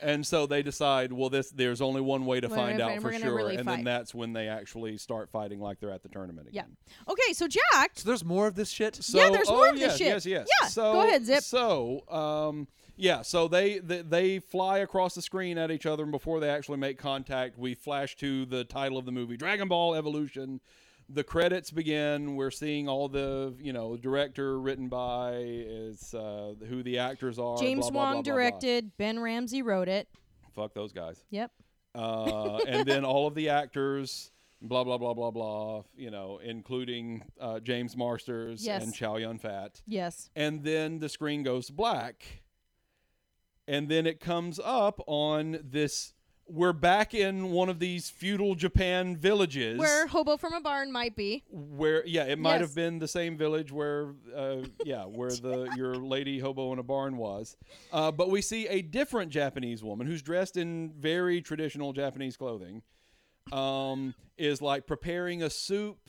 Speaker 5: And so they decide, well this there's only one way to
Speaker 6: We're
Speaker 5: find
Speaker 6: gonna
Speaker 5: out
Speaker 6: fight-
Speaker 5: for
Speaker 6: we're gonna
Speaker 5: sure
Speaker 6: really
Speaker 5: and
Speaker 6: fight.
Speaker 5: then that's when they actually start fighting like they're at the tournament
Speaker 6: Yeah.
Speaker 5: again.
Speaker 6: Okay, so Jack.
Speaker 4: So there's more of this shit.
Speaker 5: So,
Speaker 6: Yeah, there's
Speaker 5: oh,
Speaker 6: more of
Speaker 5: yes,
Speaker 6: this shit.
Speaker 5: Yes, yes.
Speaker 6: Yeah,
Speaker 5: So,
Speaker 6: go ahead, Zip.
Speaker 5: So, um, yeah, so they, they they fly across the screen at each other, and before they actually make contact, we flash to the title of the movie, Dragon Ball Evolution. The credits begin. We're seeing all the you know director written by is uh, who the actors are.
Speaker 6: James
Speaker 5: blah, blah,
Speaker 6: Wong
Speaker 5: blah, blah, blah.
Speaker 6: directed. Ben Ramsey wrote it.
Speaker 5: Fuck those guys.
Speaker 6: Yep.
Speaker 5: Uh, and then all of the actors. Blah blah blah blah blah. You know, including uh, James Marsters
Speaker 6: Yes.
Speaker 5: and Chow Yun Fat
Speaker 6: Yes.
Speaker 5: and then the screen goes black and then it comes up on this we're back in one of these feudal japan villages
Speaker 6: Where Hobo from a Barn might be.
Speaker 5: where- yeah it might
Speaker 6: Yes.
Speaker 5: have been the same village where uh, yeah where the your lady hobo in a barn was uh, but we see a different japanese woman who's dressed in very traditional japanese clothing um, is like preparing a soup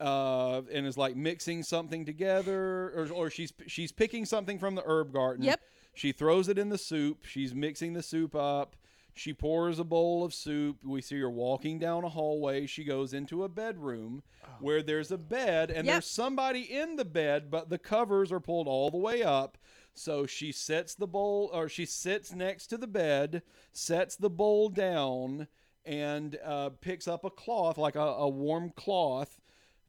Speaker 5: uh, and is like mixing something together, or, or she's she's picking something from the herb garden.
Speaker 6: Yep.
Speaker 5: She throws it in the soup. She's mixing the soup up. She pours a bowl of soup. We see her walking down a hallway. She goes into a bedroom where there's a bed and
Speaker 6: Yep.
Speaker 5: there's somebody in the bed, but the covers are pulled all the way up. So she sets the bowl, or she sits next to the bed, sets the bowl down, and uh, picks up a cloth, like a, a warm cloth,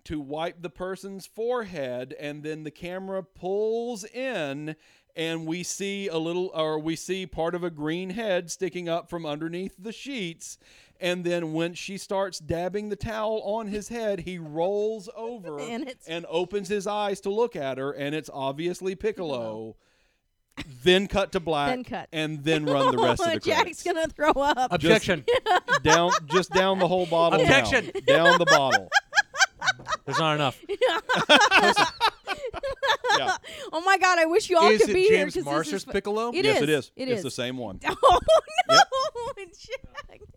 Speaker 5: to wipe the person's forehead and then the camera pulls in and we see a little or we see part of a green head sticking up from underneath the sheets and then when she starts dabbing the towel on his head he rolls over
Speaker 6: And it's-
Speaker 5: and opens his eyes to look at her and it's obviously Piccolo. then cut to black
Speaker 6: Then cut.
Speaker 5: and then run the rest of the
Speaker 6: Jack's
Speaker 5: credits
Speaker 6: going to throw up.
Speaker 4: Objection.
Speaker 5: down just down the whole bottle down.
Speaker 4: Objection.
Speaker 5: down the bottle
Speaker 4: there's not enough.
Speaker 5: yeah
Speaker 6: oh my God, I wish you all
Speaker 4: is
Speaker 6: could
Speaker 4: it
Speaker 6: be here.
Speaker 4: James
Speaker 6: 'cause this
Speaker 4: Marsters
Speaker 6: is fu-
Speaker 4: Piccolo?
Speaker 6: It
Speaker 5: yes, it is.
Speaker 6: It
Speaker 5: it's
Speaker 6: is.
Speaker 5: the same one.
Speaker 6: Oh no, Jack.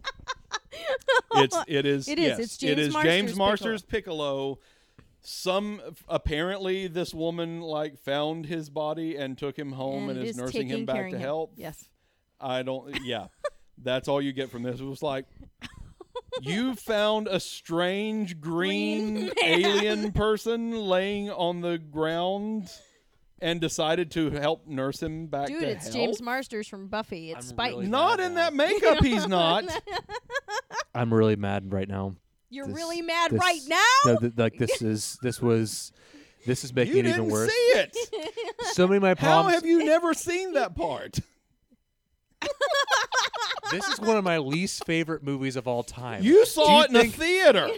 Speaker 5: It's it is.
Speaker 6: It is.
Speaker 5: yes,
Speaker 6: It's
Speaker 5: it
Speaker 6: James
Speaker 5: is
Speaker 6: Marsters
Speaker 5: James Marsters Piccolo. Some apparently this woman like found his body and took him home
Speaker 6: And
Speaker 5: and, is
Speaker 6: is
Speaker 5: nursing
Speaker 6: taking
Speaker 5: him back
Speaker 6: caring
Speaker 5: to
Speaker 6: him.
Speaker 5: health.
Speaker 6: Yes.
Speaker 5: I don't. Yeah, that's all you get from this. It was like. You found a strange green alien person laying on the ground and decided to help nurse him back
Speaker 6: Dude,
Speaker 5: to
Speaker 6: it's
Speaker 5: health.
Speaker 6: James Marsters from Buffy. It's
Speaker 4: I'm
Speaker 6: Spike.
Speaker 4: really-
Speaker 5: Not in that makeup, he's not.
Speaker 4: I'm really mad right now.
Speaker 6: You're
Speaker 4: This-
Speaker 6: really mad
Speaker 4: this-
Speaker 6: right now?
Speaker 4: No, th- like this is this was this is making
Speaker 5: You
Speaker 4: it even
Speaker 5: didn't
Speaker 4: worse.
Speaker 5: see it.
Speaker 4: So many of my
Speaker 5: How
Speaker 4: problems.
Speaker 5: have you never seen that part?
Speaker 4: this is one of my least favorite movies of all time.
Speaker 5: You
Speaker 4: Do
Speaker 5: saw
Speaker 4: you
Speaker 5: it in a
Speaker 4: think-
Speaker 5: theater.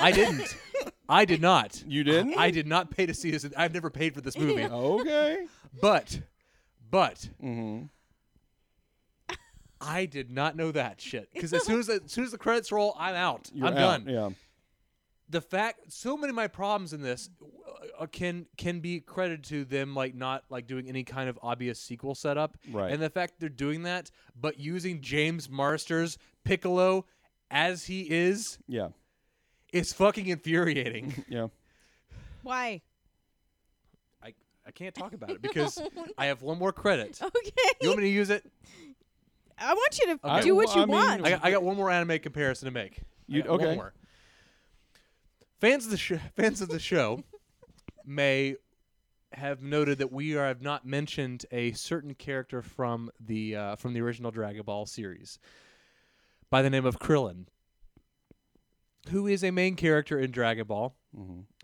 Speaker 4: I didn't. I did not.
Speaker 5: You didn't?
Speaker 4: I did not pay to see this. I've never paid for this movie.
Speaker 5: okay.
Speaker 4: But, but
Speaker 5: Mm-hmm.
Speaker 4: I did not know that shit. Because as soon as as soon as the credits roll, I'm out.
Speaker 5: You're
Speaker 4: I'm
Speaker 5: out.
Speaker 4: done.
Speaker 5: Yeah.
Speaker 4: the fact so many of my problems in this uh, can can be credited to them like not like doing any kind of obvious sequel setup
Speaker 5: Right.
Speaker 4: and the fact they're doing that but using james marsters piccolo as he is
Speaker 5: Yeah.
Speaker 4: is fucking infuriating
Speaker 5: Yeah.
Speaker 6: Why?
Speaker 4: i i can't talk about it because i have one more credit
Speaker 6: Okay.
Speaker 4: you want me to use it
Speaker 6: I want you to
Speaker 4: Okay.
Speaker 6: do what you
Speaker 5: I mean,
Speaker 6: want.
Speaker 4: I got, I got one more anime comparison to make. I
Speaker 5: You-
Speaker 4: got one
Speaker 5: okay.
Speaker 4: more. Fans of the sh- fans of the show may have noted that we are, have not mentioned a certain character from the uh, from the original Dragon Ball series by the name of Krillin, who is a main character in Dragon Ball.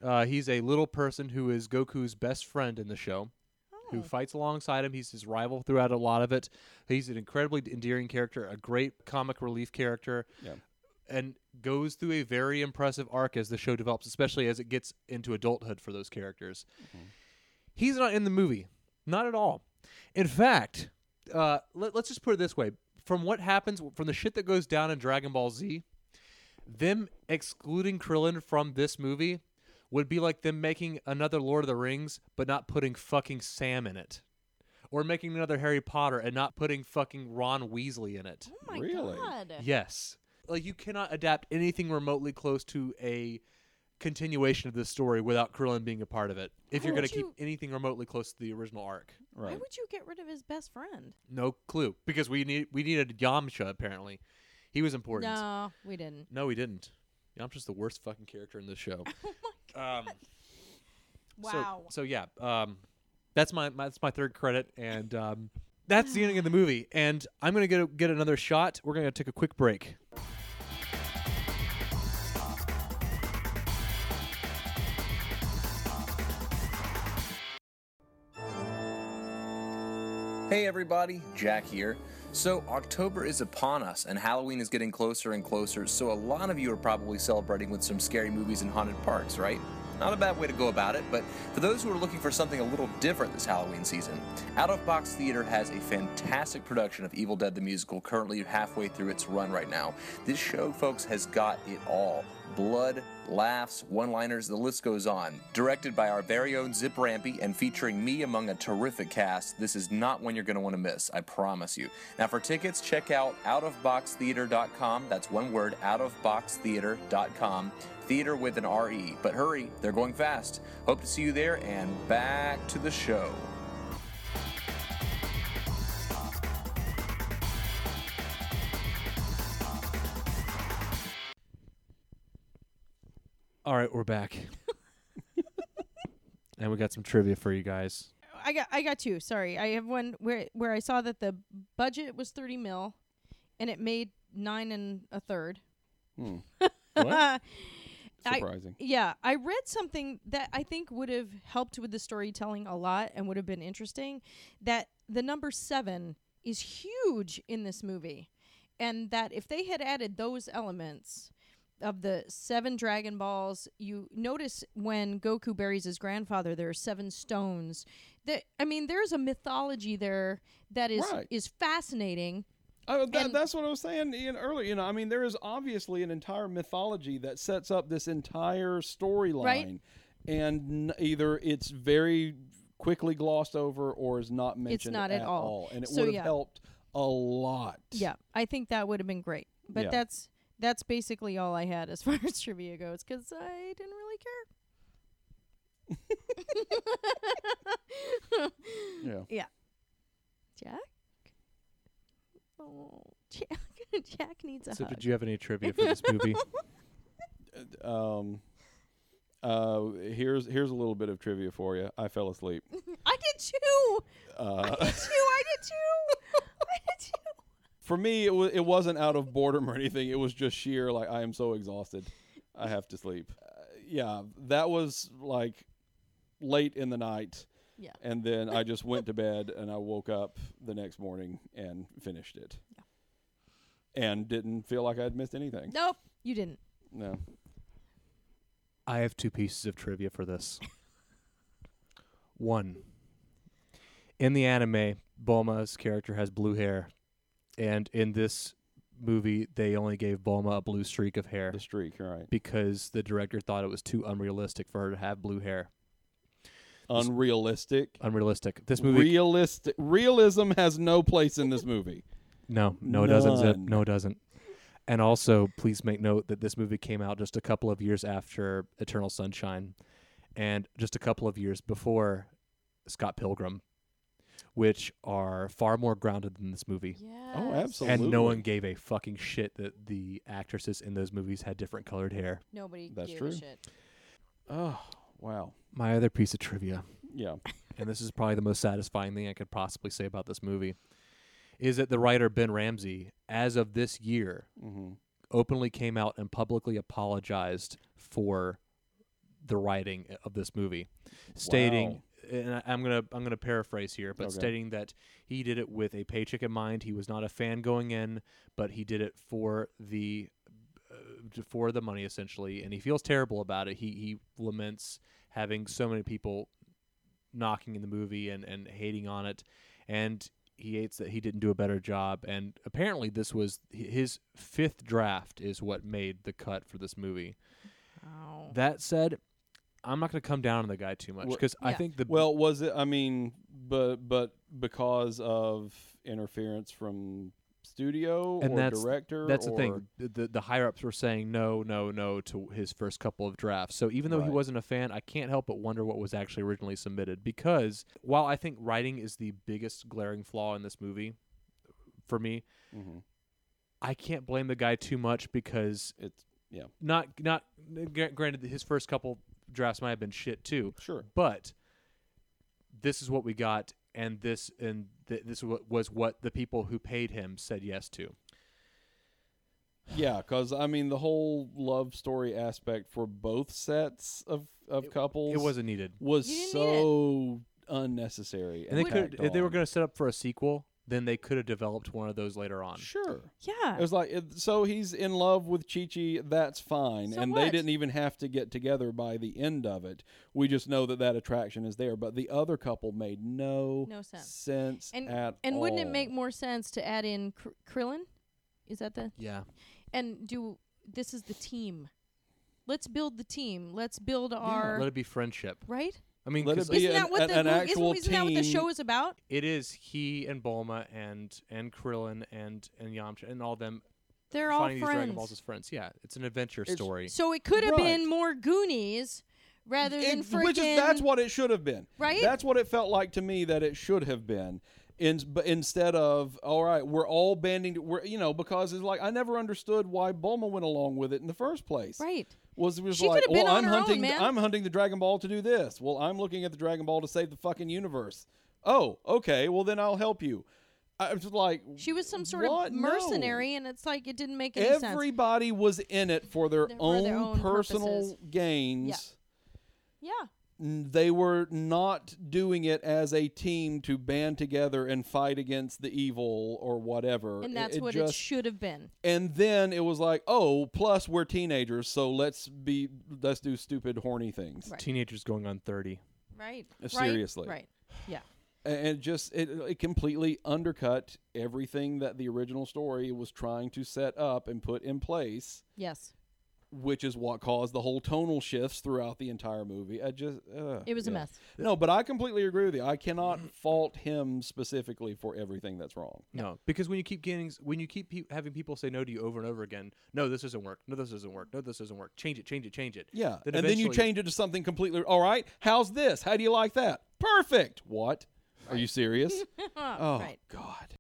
Speaker 4: Uh, he's a little person who is Goku's best friend in the show who fights alongside him. He's his rival throughout a lot of it. He's an incredibly endearing character, a great comic relief character,
Speaker 5: Yeah.
Speaker 4: and goes through a very impressive arc as the show develops, especially as it gets into adulthood for those characters. He's not in the movie, not at all. In fact, uh, let, let's just put it this way: from what happens, from the shit that goes down in Dragon Ball Z, them excluding Krillin from this movie would be like them making another Lord of the Rings but not putting fucking Sam in it. Or making another Harry Potter and not putting fucking Ron Weasley in it.
Speaker 6: oh my
Speaker 5: Really?
Speaker 6: god.
Speaker 4: Yes. Like you cannot adapt anything remotely close to a continuation of this story without Krillin being a part of it. If you're
Speaker 6: Why
Speaker 4: going
Speaker 6: would
Speaker 4: to keep
Speaker 6: you-
Speaker 4: anything remotely close to the original arc.
Speaker 6: Why
Speaker 5: Right.
Speaker 6: would you get rid of his best friend?
Speaker 4: No clue because we need we needed Yamcha apparently. He was important.
Speaker 6: No, we didn't.
Speaker 4: No, he didn't. Yamcha's the worst fucking character in this show. Um So-
Speaker 6: Oh Wow.
Speaker 4: So, yeah, um, that's my, my that's my third credit, and um, that's the ending of the movie. And I'm gonna get a, get another shot. We're gonna take a quick break.
Speaker 7: Hey everybody, Jack here. So, October is upon us, and Halloween is getting closer and closer, so a lot of you are probably celebrating with some scary movies and haunted parks, right? Not a bad way to go about it, but for those who are looking for something a little different this Halloween season, Out of Box Theater has a fantastic production of Evil Dead the Musical currently halfway through its run right now. This show, folks, has got it all blood, laughs, one liners, the list goes on. Directed by our very own Zip Rampy and featuring me among a terrific cast, this is not one you're going to want to miss, I promise you. Now, for tickets, check out outofboxtheater.com. That's one word, outofboxtheater.com. Theater with an RE. But hurry, they're going fast. Hope to see you there, and back to the show.
Speaker 4: All right, we're back, and we got some trivia for you guys.
Speaker 6: I got I got you. Sorry. I have one where where I saw that the budget was 30 mil and it made 9 and a third.
Speaker 5: What?
Speaker 6: I-
Speaker 5: Surprising.
Speaker 6: Yeah, I read something that I think would have helped with the storytelling a lot and would have been interesting that the number 7 is huge in this movie and that if they had added those elements of the seven Dragon Balls, you notice when Goku buries his grandfather, there are seven stones. That I mean, there's a mythology there that is
Speaker 5: Right.
Speaker 6: is fascinating.
Speaker 5: Oh, that,
Speaker 6: And-
Speaker 5: that's what I was saying Ian, earlier. You know, I mean, there is obviously an entire mythology that sets up this entire storyline,
Speaker 6: Right.
Speaker 5: and n- either it's very quickly glossed over or is not mentioned.
Speaker 6: not at all.
Speaker 5: and it
Speaker 6: So,
Speaker 5: would have
Speaker 6: yeah.
Speaker 5: helped a lot.
Speaker 6: Yeah, I think that would have been great. But
Speaker 5: Yeah.
Speaker 6: that's that's basically all I had as far as trivia goes because I didn't really care.
Speaker 5: yeah.
Speaker 6: Jack, oh, Jack, Jack needs a
Speaker 4: So,
Speaker 6: hug.
Speaker 4: did you have any trivia for this movie?
Speaker 5: Um, uh, here's here's a little bit of trivia for you. I fell asleep.
Speaker 6: I did too. I
Speaker 5: Uh,
Speaker 6: did too. I did too. I did too.
Speaker 5: for me, it was it wasn't out of boredom or anything. It was just sheer like I am so exhausted, I have to sleep. Uh, yeah, that was like late in the night,
Speaker 6: Yeah.
Speaker 5: and then I just went to bed and I woke up the next morning and finished it, and didn't feel like I'd missed anything.
Speaker 6: Nope, you didn't.
Speaker 5: No.
Speaker 4: I have two pieces of trivia for this. One, in the anime, Bulma's character has blue hair, and in this movie, they only gave Bulma a blue streak of hair.
Speaker 5: the streak, right?
Speaker 4: because the director thought it was too unrealistic for her to have blue hair.
Speaker 5: Unrealistic.
Speaker 4: Unrealistic. This movie,
Speaker 5: Realistic. Realism has no place in this movie.
Speaker 4: no, no, it doesn't. Zip.
Speaker 5: None.
Speaker 4: No, it doesn't. And also, please make note that this movie came out just a couple of years after Eternal Sunshine, and just a couple of years before Scott Pilgrim. which are far more grounded than this movie.
Speaker 6: Yeah.
Speaker 5: Oh, absolutely.
Speaker 4: And no one gave a fucking shit that the actresses in those movies had different colored hair.
Speaker 6: Nobody
Speaker 5: That's
Speaker 6: gave
Speaker 5: true.
Speaker 6: a shit.
Speaker 5: Oh, wow.
Speaker 4: My other piece of trivia,
Speaker 5: Yeah.
Speaker 4: and this is probably the most satisfying thing I could possibly say about this movie, is that the writer Ben Ramsey, as of this year,
Speaker 5: Mm-hmm.
Speaker 4: openly came out and publicly apologized for the writing of this movie, stating, and I, I'm gonna I'm gonna paraphrase here, but
Speaker 5: Okay.
Speaker 4: stating that he did it with a paycheck in mind. He was not a fan going in, but he did it for the uh, for the money essentially, and he feels terrible about it. He he laments having so many people knocking in the movie and and hating on it, and he hates that he didn't do a better job. And apparently, this was hi- his fifth draft is what made the cut for this movie.
Speaker 6: Oh.
Speaker 4: That said, I'm not going to come down on the guy too much
Speaker 5: Wha-
Speaker 4: because I
Speaker 6: Yeah.
Speaker 4: think the
Speaker 5: Well, was it? I mean, but but because of interference from studio
Speaker 4: And
Speaker 5: or
Speaker 4: that's-
Speaker 5: director.
Speaker 4: that's the
Speaker 5: or-
Speaker 4: thing. The, the the higher ups were saying no, no, no to his first couple of drafts. So even though he
Speaker 5: Right.
Speaker 4: wasn't a fan, I can't help but wonder what was actually originally submitted. Because while I think writing is the biggest glaring flaw in this movie, for me,
Speaker 5: Mhm.
Speaker 4: I can't blame the guy too much because
Speaker 5: It's yeah,
Speaker 4: not not gra- granted his first couple drafts might have been shit too,
Speaker 5: sure.
Speaker 4: but this is what we got, and this and th- this wa- was what the people who paid him said yes to.
Speaker 5: Yeah, because I mean, the whole love story aspect for both sets of of couples
Speaker 4: It wasn't needed.
Speaker 5: was
Speaker 6: You didn't need it.
Speaker 5: so unnecessary.
Speaker 4: And they
Speaker 6: Would-
Speaker 4: could if they
Speaker 5: tacked
Speaker 4: were
Speaker 5: on.
Speaker 4: going to set up for a sequel, then they could have developed one of those later on.
Speaker 5: sure.
Speaker 6: Yeah.
Speaker 5: It was like it- so he's in love with Chi Chi. That's fine,
Speaker 6: So
Speaker 5: and they
Speaker 6: what?
Speaker 5: didn't even have to get together by the end of it. We just know that that attraction is there. But the other couple made no
Speaker 6: No sense.
Speaker 5: and
Speaker 6: And-
Speaker 5: at
Speaker 6: and wouldn't it
Speaker 5: all.
Speaker 6: make more sense to add in Kr- Krillin? Is that the
Speaker 4: Yeah,
Speaker 6: and do this is the team? Let's build the team. Let's build
Speaker 4: yeah.
Speaker 6: our
Speaker 4: let it be friendship.
Speaker 6: right.
Speaker 4: I mean,
Speaker 5: Let it
Speaker 4: 'cause
Speaker 5: be
Speaker 6: Isn't
Speaker 5: an-
Speaker 6: that what
Speaker 5: an-
Speaker 6: the
Speaker 5: an
Speaker 6: mo-
Speaker 5: actual
Speaker 6: isn't, isn't that what
Speaker 5: team-
Speaker 6: the show is about?
Speaker 4: it is he and Bulma and and Krillin and and Yamcha and all them
Speaker 6: They're all
Speaker 4: finding these Dragon Balls as
Speaker 6: friends.
Speaker 4: friends. Yeah, it's an adventure
Speaker 5: It's-
Speaker 4: story.
Speaker 6: So it could have
Speaker 5: Right.
Speaker 6: been more Goonies rather than
Speaker 5: It- which is that's what it should have been.
Speaker 6: Right?
Speaker 5: That's what it felt like to me that it should have been. In, but instead of all right, we're all banding. To, we're you know because it's like I never understood why Bulma went along with it in the first place.
Speaker 6: right.
Speaker 5: was was
Speaker 6: She
Speaker 5: like,
Speaker 6: could've
Speaker 5: well,
Speaker 6: been
Speaker 5: I'm
Speaker 6: on her own,
Speaker 5: hunting.
Speaker 6: man."
Speaker 5: I'm hunting the Dragon Ball to do this. Well, I'm looking at the Dragon Ball to save the fucking universe. Oh, okay. Well, then I'll help you. I was just like,
Speaker 6: She was some sort
Speaker 5: what?
Speaker 6: of
Speaker 5: No.
Speaker 6: mercenary, and it's like it didn't make any sense.
Speaker 5: Everybody was in it for their,
Speaker 6: For
Speaker 5: own,
Speaker 6: their own
Speaker 5: personal
Speaker 6: purposes.
Speaker 5: gains.
Speaker 6: Yeah.
Speaker 5: N- They were not doing it as a team to band together and fight against the evil or whatever. It-
Speaker 6: And that's
Speaker 5: it
Speaker 6: what it
Speaker 5: just,
Speaker 6: should have been.
Speaker 5: and then it was like, oh, plus we're teenagers, so let's be let's do stupid horny things.
Speaker 6: Right.
Speaker 4: Teenagers going on thirty.
Speaker 6: Right.
Speaker 5: Uh, seriously.
Speaker 6: Right. Yeah.
Speaker 5: A- and just it, it completely undercut everything that the original story was trying to set up and put in place
Speaker 6: Yes.
Speaker 5: which is what caused the whole tonal shifts throughout the entire movie i just uh,
Speaker 6: It was a
Speaker 5: yeah.
Speaker 6: mess.
Speaker 5: no but i completely agree with you i cannot fault him specifically for everything that's wrong
Speaker 4: No, because when you keep getting, when you keep pe- having people say no to you over and over again, no, this doesn't work. No, this doesn't work. No, this doesn't work. Change it, change it, change it.
Speaker 5: yeah and then you
Speaker 4: eventually-
Speaker 5: change it to something completely all right how's this how do you like that perfect what are you serious oh
Speaker 6: Right.
Speaker 5: god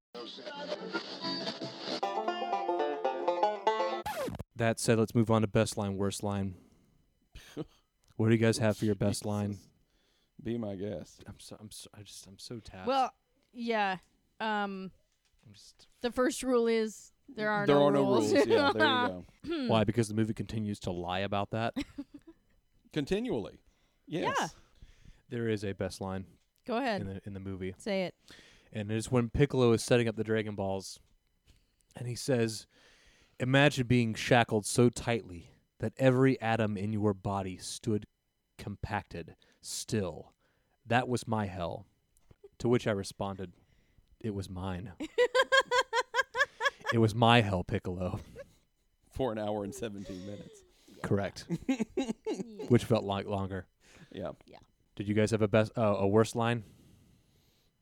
Speaker 4: That said, let's move on to best line, worst line. what do you guys have for your best line?
Speaker 5: Jesus. be my guest
Speaker 4: I'm so, I'm so, I just, I'm so tapped.
Speaker 6: Well, yeah. Um,
Speaker 4: I'm just,
Speaker 6: the first rule is there are
Speaker 5: there
Speaker 6: no
Speaker 5: are no
Speaker 6: rules.
Speaker 5: rules yeah there you go
Speaker 4: why? Because the movie continues to lie about that.
Speaker 5: continually yes
Speaker 6: Yeah.
Speaker 4: there is a best line
Speaker 6: Go ahead.
Speaker 4: in the in the movie,
Speaker 6: Say it.
Speaker 4: and it's when Piccolo is setting up the Dragon Balls, and he says, "Imagine being shackled so tightly that every atom in your body stood compacted still. That was my hell." To which I responded, "It was mine. it was my hell, Piccolo."
Speaker 5: for an hour and 17 minutes
Speaker 4: Correct. Which felt like longer.
Speaker 5: yeah
Speaker 4: Did you guys have a best uh, a worst line?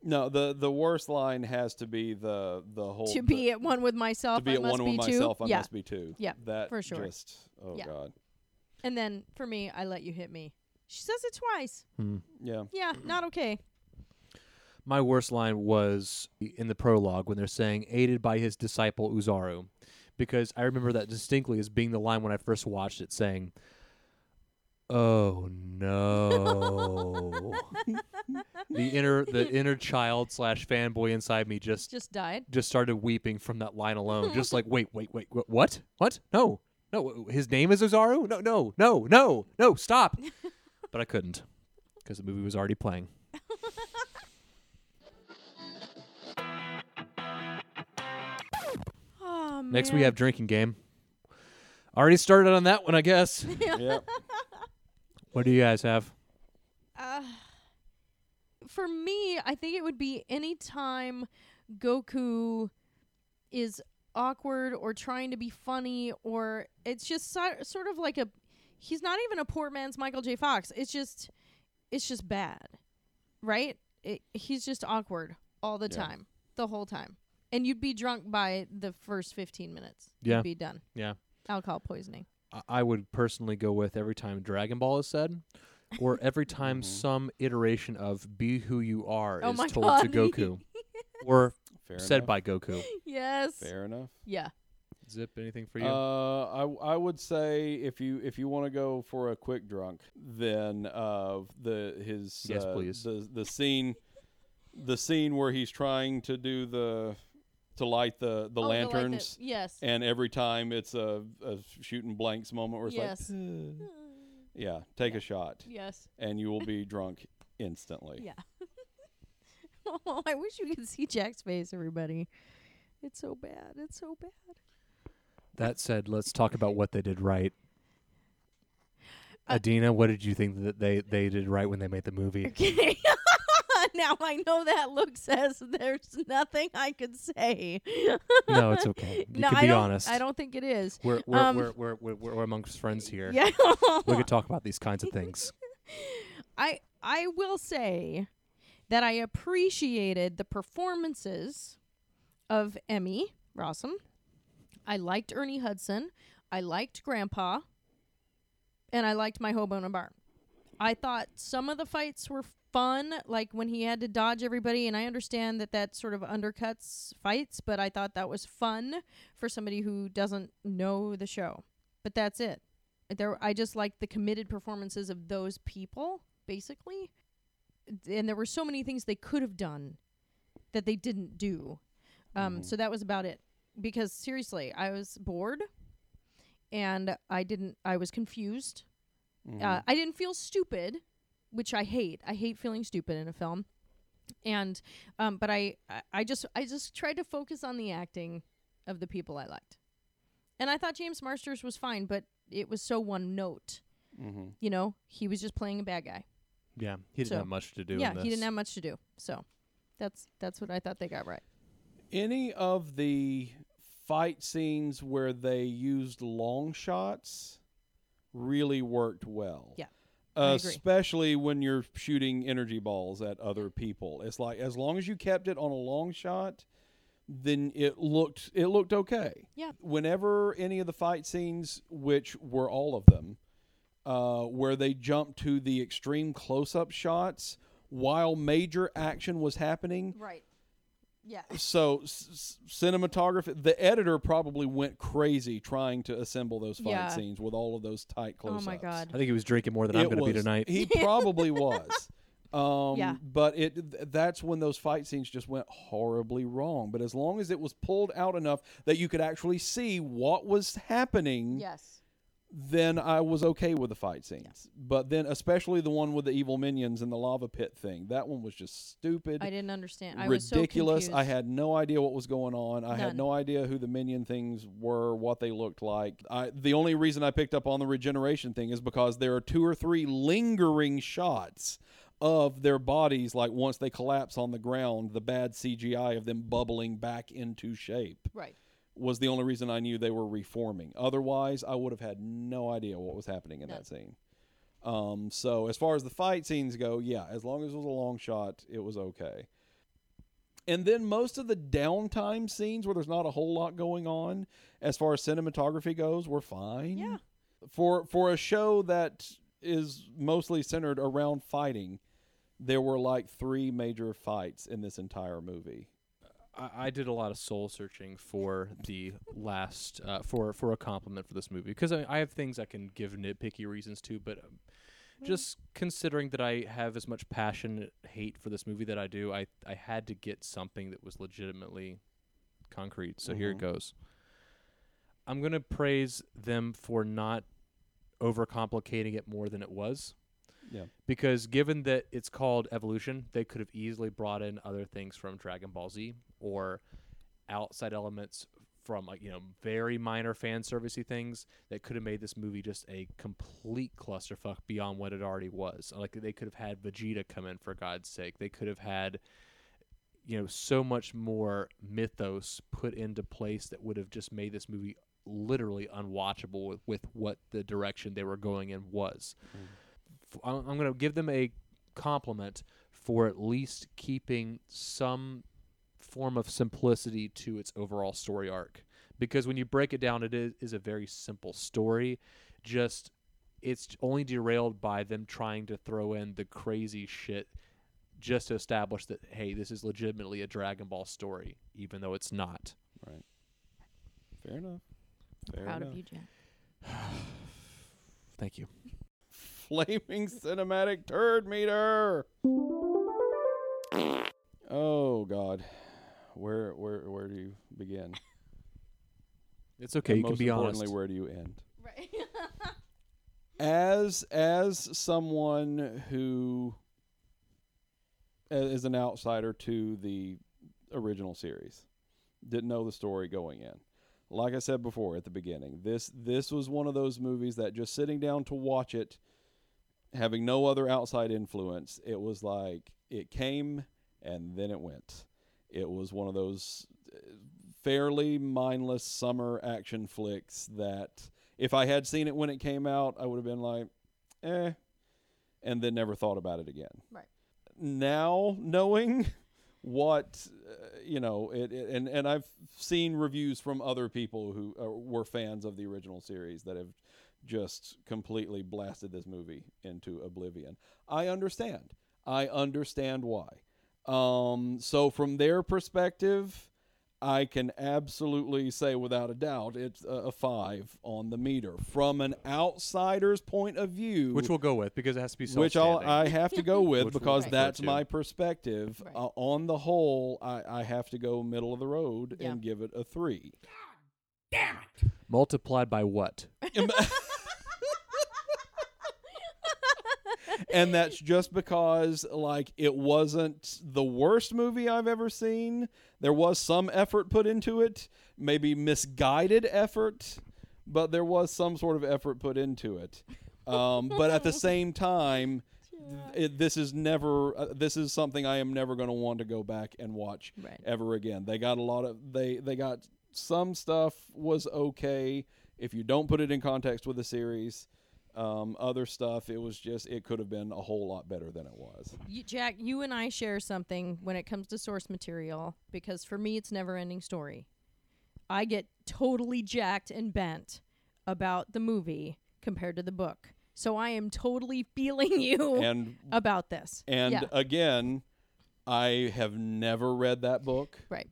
Speaker 5: No, the the worst line has to be the the whole
Speaker 6: to be
Speaker 5: the-
Speaker 6: at one with myself,
Speaker 5: to be
Speaker 6: I
Speaker 5: at
Speaker 6: must
Speaker 5: one
Speaker 6: be
Speaker 5: with
Speaker 6: two.
Speaker 5: myself. I
Speaker 6: yeah.
Speaker 5: must be two.
Speaker 6: Yeah,
Speaker 5: that
Speaker 6: for sure.
Speaker 5: Just oh
Speaker 6: Yeah.
Speaker 5: god,
Speaker 6: And then for me, I let you hit me. She says it twice.
Speaker 5: yeah.
Speaker 6: Yeah, not okay.
Speaker 4: My worst line was in the prologue when they're saying aided by his disciple Uzaru, because I remember that distinctly as being the line when I first watched it, saying, "Oh no." the inner the inner child slash fanboy inside me just
Speaker 6: Just died.
Speaker 4: just started weeping from that line alone. just like, wait, wait, wait, wh- what? What? No, no. His name is Ozaru? No, no, no, no, no. Stop. but I couldn't because the movie was already playing.
Speaker 6: Oh,
Speaker 4: Next, we have drinking game. Already started on that one, I guess.
Speaker 5: Yep.
Speaker 4: what do you guys have?
Speaker 6: Uh, for me, I think it would be any time Goku is awkward or trying to be funny, or it's just so- sort of like a. He's not even a poor man's Michael J. Fox. It's just, it's just bad, right? It, he's just awkward all the
Speaker 5: Yeah.
Speaker 6: time, the whole time, and you'd be drunk by the first fifteen minutes.
Speaker 4: Yeah.
Speaker 6: you'd be done.
Speaker 4: Yeah.
Speaker 6: alcohol poisoning.
Speaker 4: I- I would personally go with every time Dragon Ball is said, or every time some iteration of "Be Who You Are"
Speaker 6: Oh
Speaker 4: is
Speaker 6: my
Speaker 4: told to
Speaker 6: God.
Speaker 4: Goku, or
Speaker 5: Fair
Speaker 4: said
Speaker 5: enough.
Speaker 4: by Goku.
Speaker 6: Yes.
Speaker 5: Fair enough.
Speaker 6: Yeah.
Speaker 4: Zip anything for you?
Speaker 5: Uh, I I would say if you if you want to go for a quick drunk, then uh the his
Speaker 4: Yes,
Speaker 5: uh,
Speaker 4: please.
Speaker 5: the the scene the scene where he's trying to do the to light the the
Speaker 6: Oh, like the-
Speaker 5: lanterns
Speaker 6: yes.
Speaker 5: and every time it's a, a shooting blanks moment where it's
Speaker 6: Yes. Hmm.
Speaker 5: like yeah take a shot
Speaker 6: Yes.
Speaker 5: and you will be drunk instantly
Speaker 6: Yeah. oh, I wish you could see Jack's face, everybody. It's so bad. It's so bad.
Speaker 4: That said, let's talk about what they did right.
Speaker 6: Uh,
Speaker 4: Adina, what did you think that they, they did right when they made the movie?
Speaker 6: Okay. now I know that look says there's nothing I could say.
Speaker 4: No, it's okay. You
Speaker 6: no,
Speaker 4: can
Speaker 6: I
Speaker 4: be
Speaker 6: don't,
Speaker 4: honest.
Speaker 6: I don't think it is.
Speaker 4: We're we're,
Speaker 6: um,
Speaker 4: we're, we're, we're we're amongst friends here.
Speaker 6: Yeah.
Speaker 4: We could talk about these kinds of things.
Speaker 6: I I will say that I appreciated the performances of Emmy Rossum. I liked Ernie Hudson. I liked Grandpa. And I liked my hobo in a bar. I thought some of the fights were fun, like when he had to dodge everybody. And I understand that that sort of undercuts fights, but I thought that was fun for somebody who doesn't know the show. But that's it there I just liked the committed performances of those people basically and there were so many things they could have done that they didn't do um, so that was about it because seriously I was bored and I didn't I was confused
Speaker 5: Mm-hmm.
Speaker 6: uh, I didn't feel stupid which I hate I hate feeling stupid in a film and um, but I I- I just I just tried to focus on the acting of the people I liked and I thought James Marsters was fine, but it was so one note. You know, he was just playing a bad guy.
Speaker 4: Yeah, he didn't
Speaker 6: So,
Speaker 4: have much to do.
Speaker 6: yeah,
Speaker 4: in
Speaker 6: he didn't
Speaker 4: this.
Speaker 6: have much to do. So that's that's what I thought they got right.
Speaker 5: any of the fight scenes where they used long shots really worked well.
Speaker 6: Yeah, I agree.
Speaker 5: Especially when you're shooting energy balls at other people. It's like as long as you kept it on a long shot, then it looked it looked okay.
Speaker 6: Yeah.
Speaker 5: Whenever any of the fight scenes, which were all of them, uh, where they jumped to the extreme close up shots while major action was happening,
Speaker 6: Right. Yeah.
Speaker 5: so s- s- cinematography the editor probably went crazy trying to assemble those fight
Speaker 6: Yeah.
Speaker 5: scenes with all of those tight
Speaker 6: Oh
Speaker 5: close-ups
Speaker 6: my god.
Speaker 4: I think he was drinking more than I'm
Speaker 5: It
Speaker 4: going to be
Speaker 5: was-
Speaker 4: tonight.
Speaker 5: he probably was um
Speaker 6: Yeah.
Speaker 5: but it th- that's when those fight scenes just went horribly wrong but as long as it was pulled out enough that you could actually see what was happening
Speaker 6: Yes.
Speaker 5: then i was okay with the fight scenes but then especially the one with the evil minions and the lava pit thing that one was just stupid
Speaker 6: I didn't understand. I was so
Speaker 5: ridiculous. I
Speaker 6: confused.
Speaker 5: had no idea what was going on. I
Speaker 6: None.
Speaker 5: had no idea who the minion things were, what they looked like. I, the only reason I picked up on the regeneration thing is because there are two or three lingering shots of their bodies, like once they collapse on the ground, the bad CGI of them bubbling back into shape
Speaker 6: Right.
Speaker 5: was the only reason I knew they were reforming. Otherwise, I would have had no idea what was happening in that scene. Um, so as far as the fight scenes go, yeah, as long as it was a long shot, it was okay. And then most of the downtime scenes where there's not a whole lot going on, as far as cinematography goes, were fine.
Speaker 6: Yeah.
Speaker 5: For for a show that is mostly centered around fighting, there were like three major fights in this entire movie.
Speaker 4: I, I did a lot of soul searching for the last uh, for for a compliment for this movie because I, I have things I can give nitpicky reasons to, but um, just considering that I have as much passion hate for this movie that I do, I I had to get something that was legitimately concrete. So here it goes. I'm gonna praise them for not overcomplicating it more than it was.
Speaker 5: Yeah.
Speaker 4: Because given that it's called evolution, they could have easily brought in other things from Dragon Ball Z or outside elements from like you know very minor fan servicey things that could have made this movie just a complete clusterfuck beyond what it already was. Like they could have had Vegeta come in for God's sake. They could have had you know so much more mythos put into place that would have just made this movie literally unwatchable with, with what the direction they were going in was f- I'm, I'm going to give them a compliment for at least keeping some form of simplicity to its overall story arc because when you break it down it is, is a very simple story just it's only derailed by them trying to throw in the crazy shit just to establish that hey this is legitimately a dragon ball story even though it's not
Speaker 5: Fair enough. Fair
Speaker 6: Proud
Speaker 5: enough.
Speaker 6: of you, Jack.
Speaker 4: thank you
Speaker 5: Flaming cinematic turd meter. Oh God, where where where do you begin?
Speaker 4: it's okay
Speaker 5: And
Speaker 4: you can
Speaker 5: most
Speaker 4: be
Speaker 5: importantly,
Speaker 4: honest
Speaker 5: where do you end?
Speaker 6: Right.
Speaker 5: as as someone who a- is an outsider to the original series didn't know the story going in like i said before at the beginning this this was one of those movies that just sitting down to watch it having no other outside influence it was like it came and then it went it was one of those uh, fairly mindless summer action flicks that if I had seen it when it came out, I would have been like, eh, and then never thought about it again.
Speaker 6: Right.
Speaker 5: Now, knowing what, uh, you know, it, it, and, and I've seen reviews from other people who uh, were fans of the original series that have just completely blasted this movie into oblivion. I understand. I understand why. Um, so, from their perspective, I can absolutely say without a doubt it's a, a five on the meter from an outsider's point of view,
Speaker 8: which we'll go with because it has to be
Speaker 5: which I'll,
Speaker 8: self-standing.
Speaker 5: I have to go with
Speaker 8: Which we'll
Speaker 5: because
Speaker 6: refer
Speaker 5: that's
Speaker 8: to.
Speaker 5: my perspective.
Speaker 6: Right.
Speaker 5: Uh, on the whole, I, I have to go middle of the road
Speaker 6: Yeah.
Speaker 5: and give it a three.
Speaker 4: multiplied by what
Speaker 5: and that's just because like it wasn't the worst movie I've ever seen. There was some effort put into it, maybe misguided effort, but there was some sort of effort put into it. Um, but at the same time, it, this is never uh, this is something I am never going to want to go back and watch
Speaker 6: Right.
Speaker 5: ever again. They got a lot of they they got some stuff was okay if you don't put it in context with the series. Um, other stuff, it was just it could have been a whole lot better than it was.
Speaker 6: You, Jack, you and I share something when it comes to source material because for me it's never ending story. I get totally jacked and bent about the movie compared to the book. So I am totally feeling you
Speaker 5: And
Speaker 6: about this.
Speaker 5: and
Speaker 6: yeah,
Speaker 5: again, I have never read that book.
Speaker 6: right.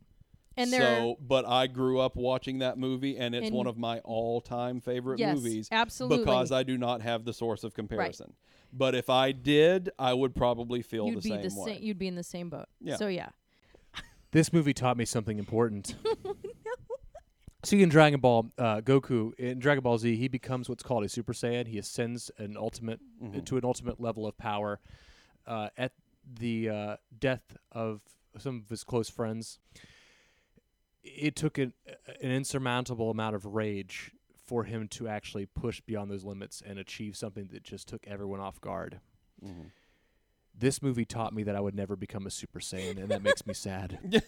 Speaker 6: And there
Speaker 5: so, but I grew up watching that movie, and it's
Speaker 6: And-
Speaker 5: one of my all-time favorite
Speaker 6: Yes,
Speaker 5: movies.
Speaker 6: absolutely.
Speaker 5: because I do not have the source of comparison. But if I did, I would probably feel
Speaker 6: you'd
Speaker 5: the
Speaker 6: be
Speaker 5: same
Speaker 6: the
Speaker 5: way.
Speaker 6: same you'd be in the same boat.
Speaker 5: Yeah.
Speaker 6: So yeah.
Speaker 4: This movie taught me something important. See, in Dragon Ball, uh, Goku in Dragon Ball Z, he becomes what's called a Super Saiyan. He ascends an ultimate to an ultimate level of power. Uh, at the uh, death of some of his close friends, it took an, an insurmountable amount of rage for him to actually push beyond those limits and achieve something that just took everyone off guard. This movie taught me that I would never become a Super Saiyan, and that makes me sad.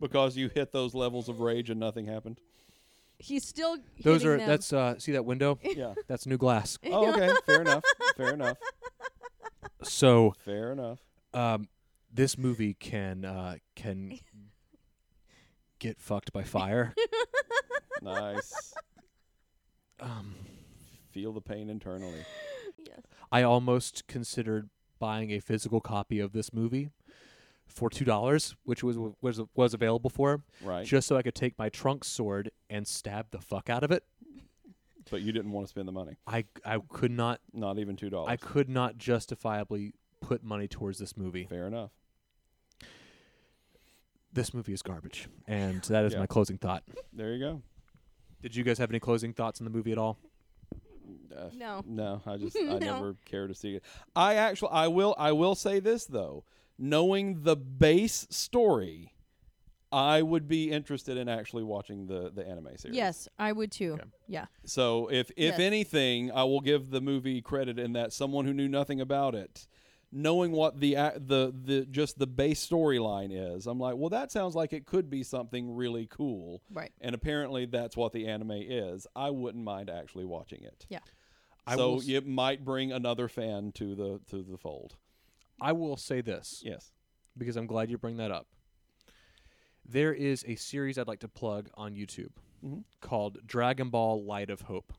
Speaker 5: because you hit those levels of rage and nothing happened.
Speaker 6: He's still
Speaker 4: Those
Speaker 6: hitting
Speaker 4: are
Speaker 6: them.
Speaker 4: that's uh see that window?
Speaker 5: Yeah.
Speaker 4: That's new glass.
Speaker 5: Oh, okay. Fair enough. Fair enough.
Speaker 4: So
Speaker 5: Fair enough.
Speaker 4: um this movie can uh can get fucked by fire.
Speaker 5: Nice. Um,
Speaker 4: Um
Speaker 5: Feel the pain internally.
Speaker 4: I almost considered buying a physical copy of this movie for two dollars, which was was was available for,
Speaker 5: Right.
Speaker 4: just so I could take my trunk sword and stab the fuck out of it.
Speaker 5: But you didn't want to spend the money.
Speaker 4: I I could not
Speaker 5: Not even two dollars.
Speaker 4: I could not justifiably put money towards this movie.
Speaker 5: Fair enough.
Speaker 4: This movie is garbage, and that is
Speaker 5: Yeah.
Speaker 4: my closing thought.
Speaker 5: There you go.
Speaker 4: Did you guys have any closing thoughts on the movie at all?
Speaker 5: Uh,
Speaker 6: No.
Speaker 5: No, I just
Speaker 6: No.
Speaker 5: I never care to see it. I actually I will I will say this though, knowing the base story, I would be interested in actually watching the the anime series.
Speaker 6: Yes, I would too. Yeah.
Speaker 5: So if if
Speaker 6: Yes.
Speaker 5: anything, I will give the movie credit in that someone who knew nothing about it, knowing what the ac- the the just the base storyline is, I'm like, well, that sounds like it could be something really cool.
Speaker 6: Right.
Speaker 5: And apparently, that's what the anime is. I wouldn't mind actually watching it.
Speaker 6: Yeah.
Speaker 4: I
Speaker 5: so
Speaker 4: will s-
Speaker 5: it might bring another fan to the to the fold.
Speaker 4: I will say this
Speaker 5: Yes.
Speaker 4: because I'm glad you bring that up. There is a series I'd like to plug on YouTube called Dragon Ball Light of Hope.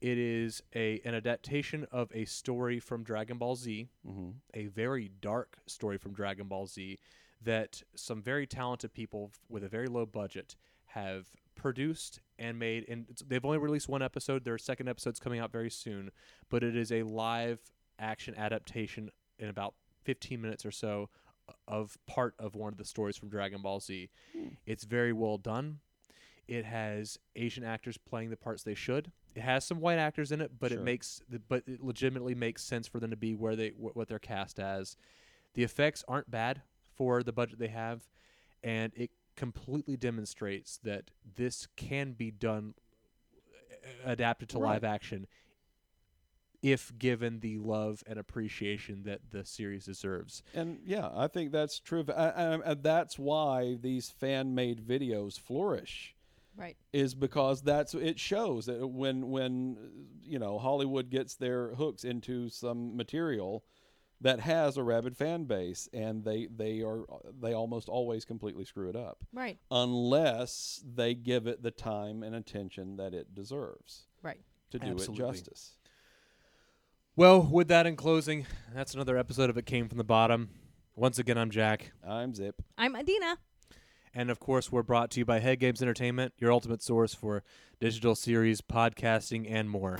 Speaker 4: It is a an adaptation of a story from Dragon Ball Z,
Speaker 5: Mm-hmm.
Speaker 4: a very dark story from Dragon Ball Z that some very talented people f- with a very low budget have produced and made and it's, they've only released one episode their second episode's coming out very soon but it is a live action adaptation in about 15 minutes or so uh, of part of one of the stories from Dragon Ball Z it's very well done it has Asian actors playing the parts they should. It has some white actors in it, but it makes the- but it legitimately makes sense for them to be where they wh- what they're cast as. The effects aren't bad for the budget they have, and it completely demonstrates that this can be done uh, adapted to live action if given the love and appreciation that the series deserves.
Speaker 5: And yeah, I think that's true. of- I, I, and that's why these fan made videos flourish.
Speaker 6: Right.
Speaker 5: is because that's it shows that when when you know Hollywood gets their hooks into some material that has a rabid fan base and they they are they almost always completely screw it up
Speaker 6: Right.
Speaker 5: unless they give it the time and attention that it deserves
Speaker 6: Right.
Speaker 5: to do
Speaker 4: Absolutely.
Speaker 5: it justice.
Speaker 4: Well, with that in closing, that's another episode of It Came from the Bottom. Once again, I'm Jack.
Speaker 5: I'm Zip.
Speaker 6: I'm Adina.
Speaker 4: And of course, we're brought to you by Head Games Entertainment, your ultimate source for digital series, podcasting, and more.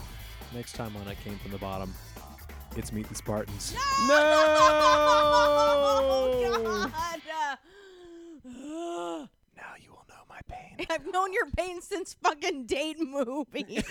Speaker 4: Next time on It Came From The Bottom, it's Meet the Spartans.
Speaker 6: No. God.
Speaker 4: Now you will know my pain.
Speaker 6: I've known your pain since fucking date movie.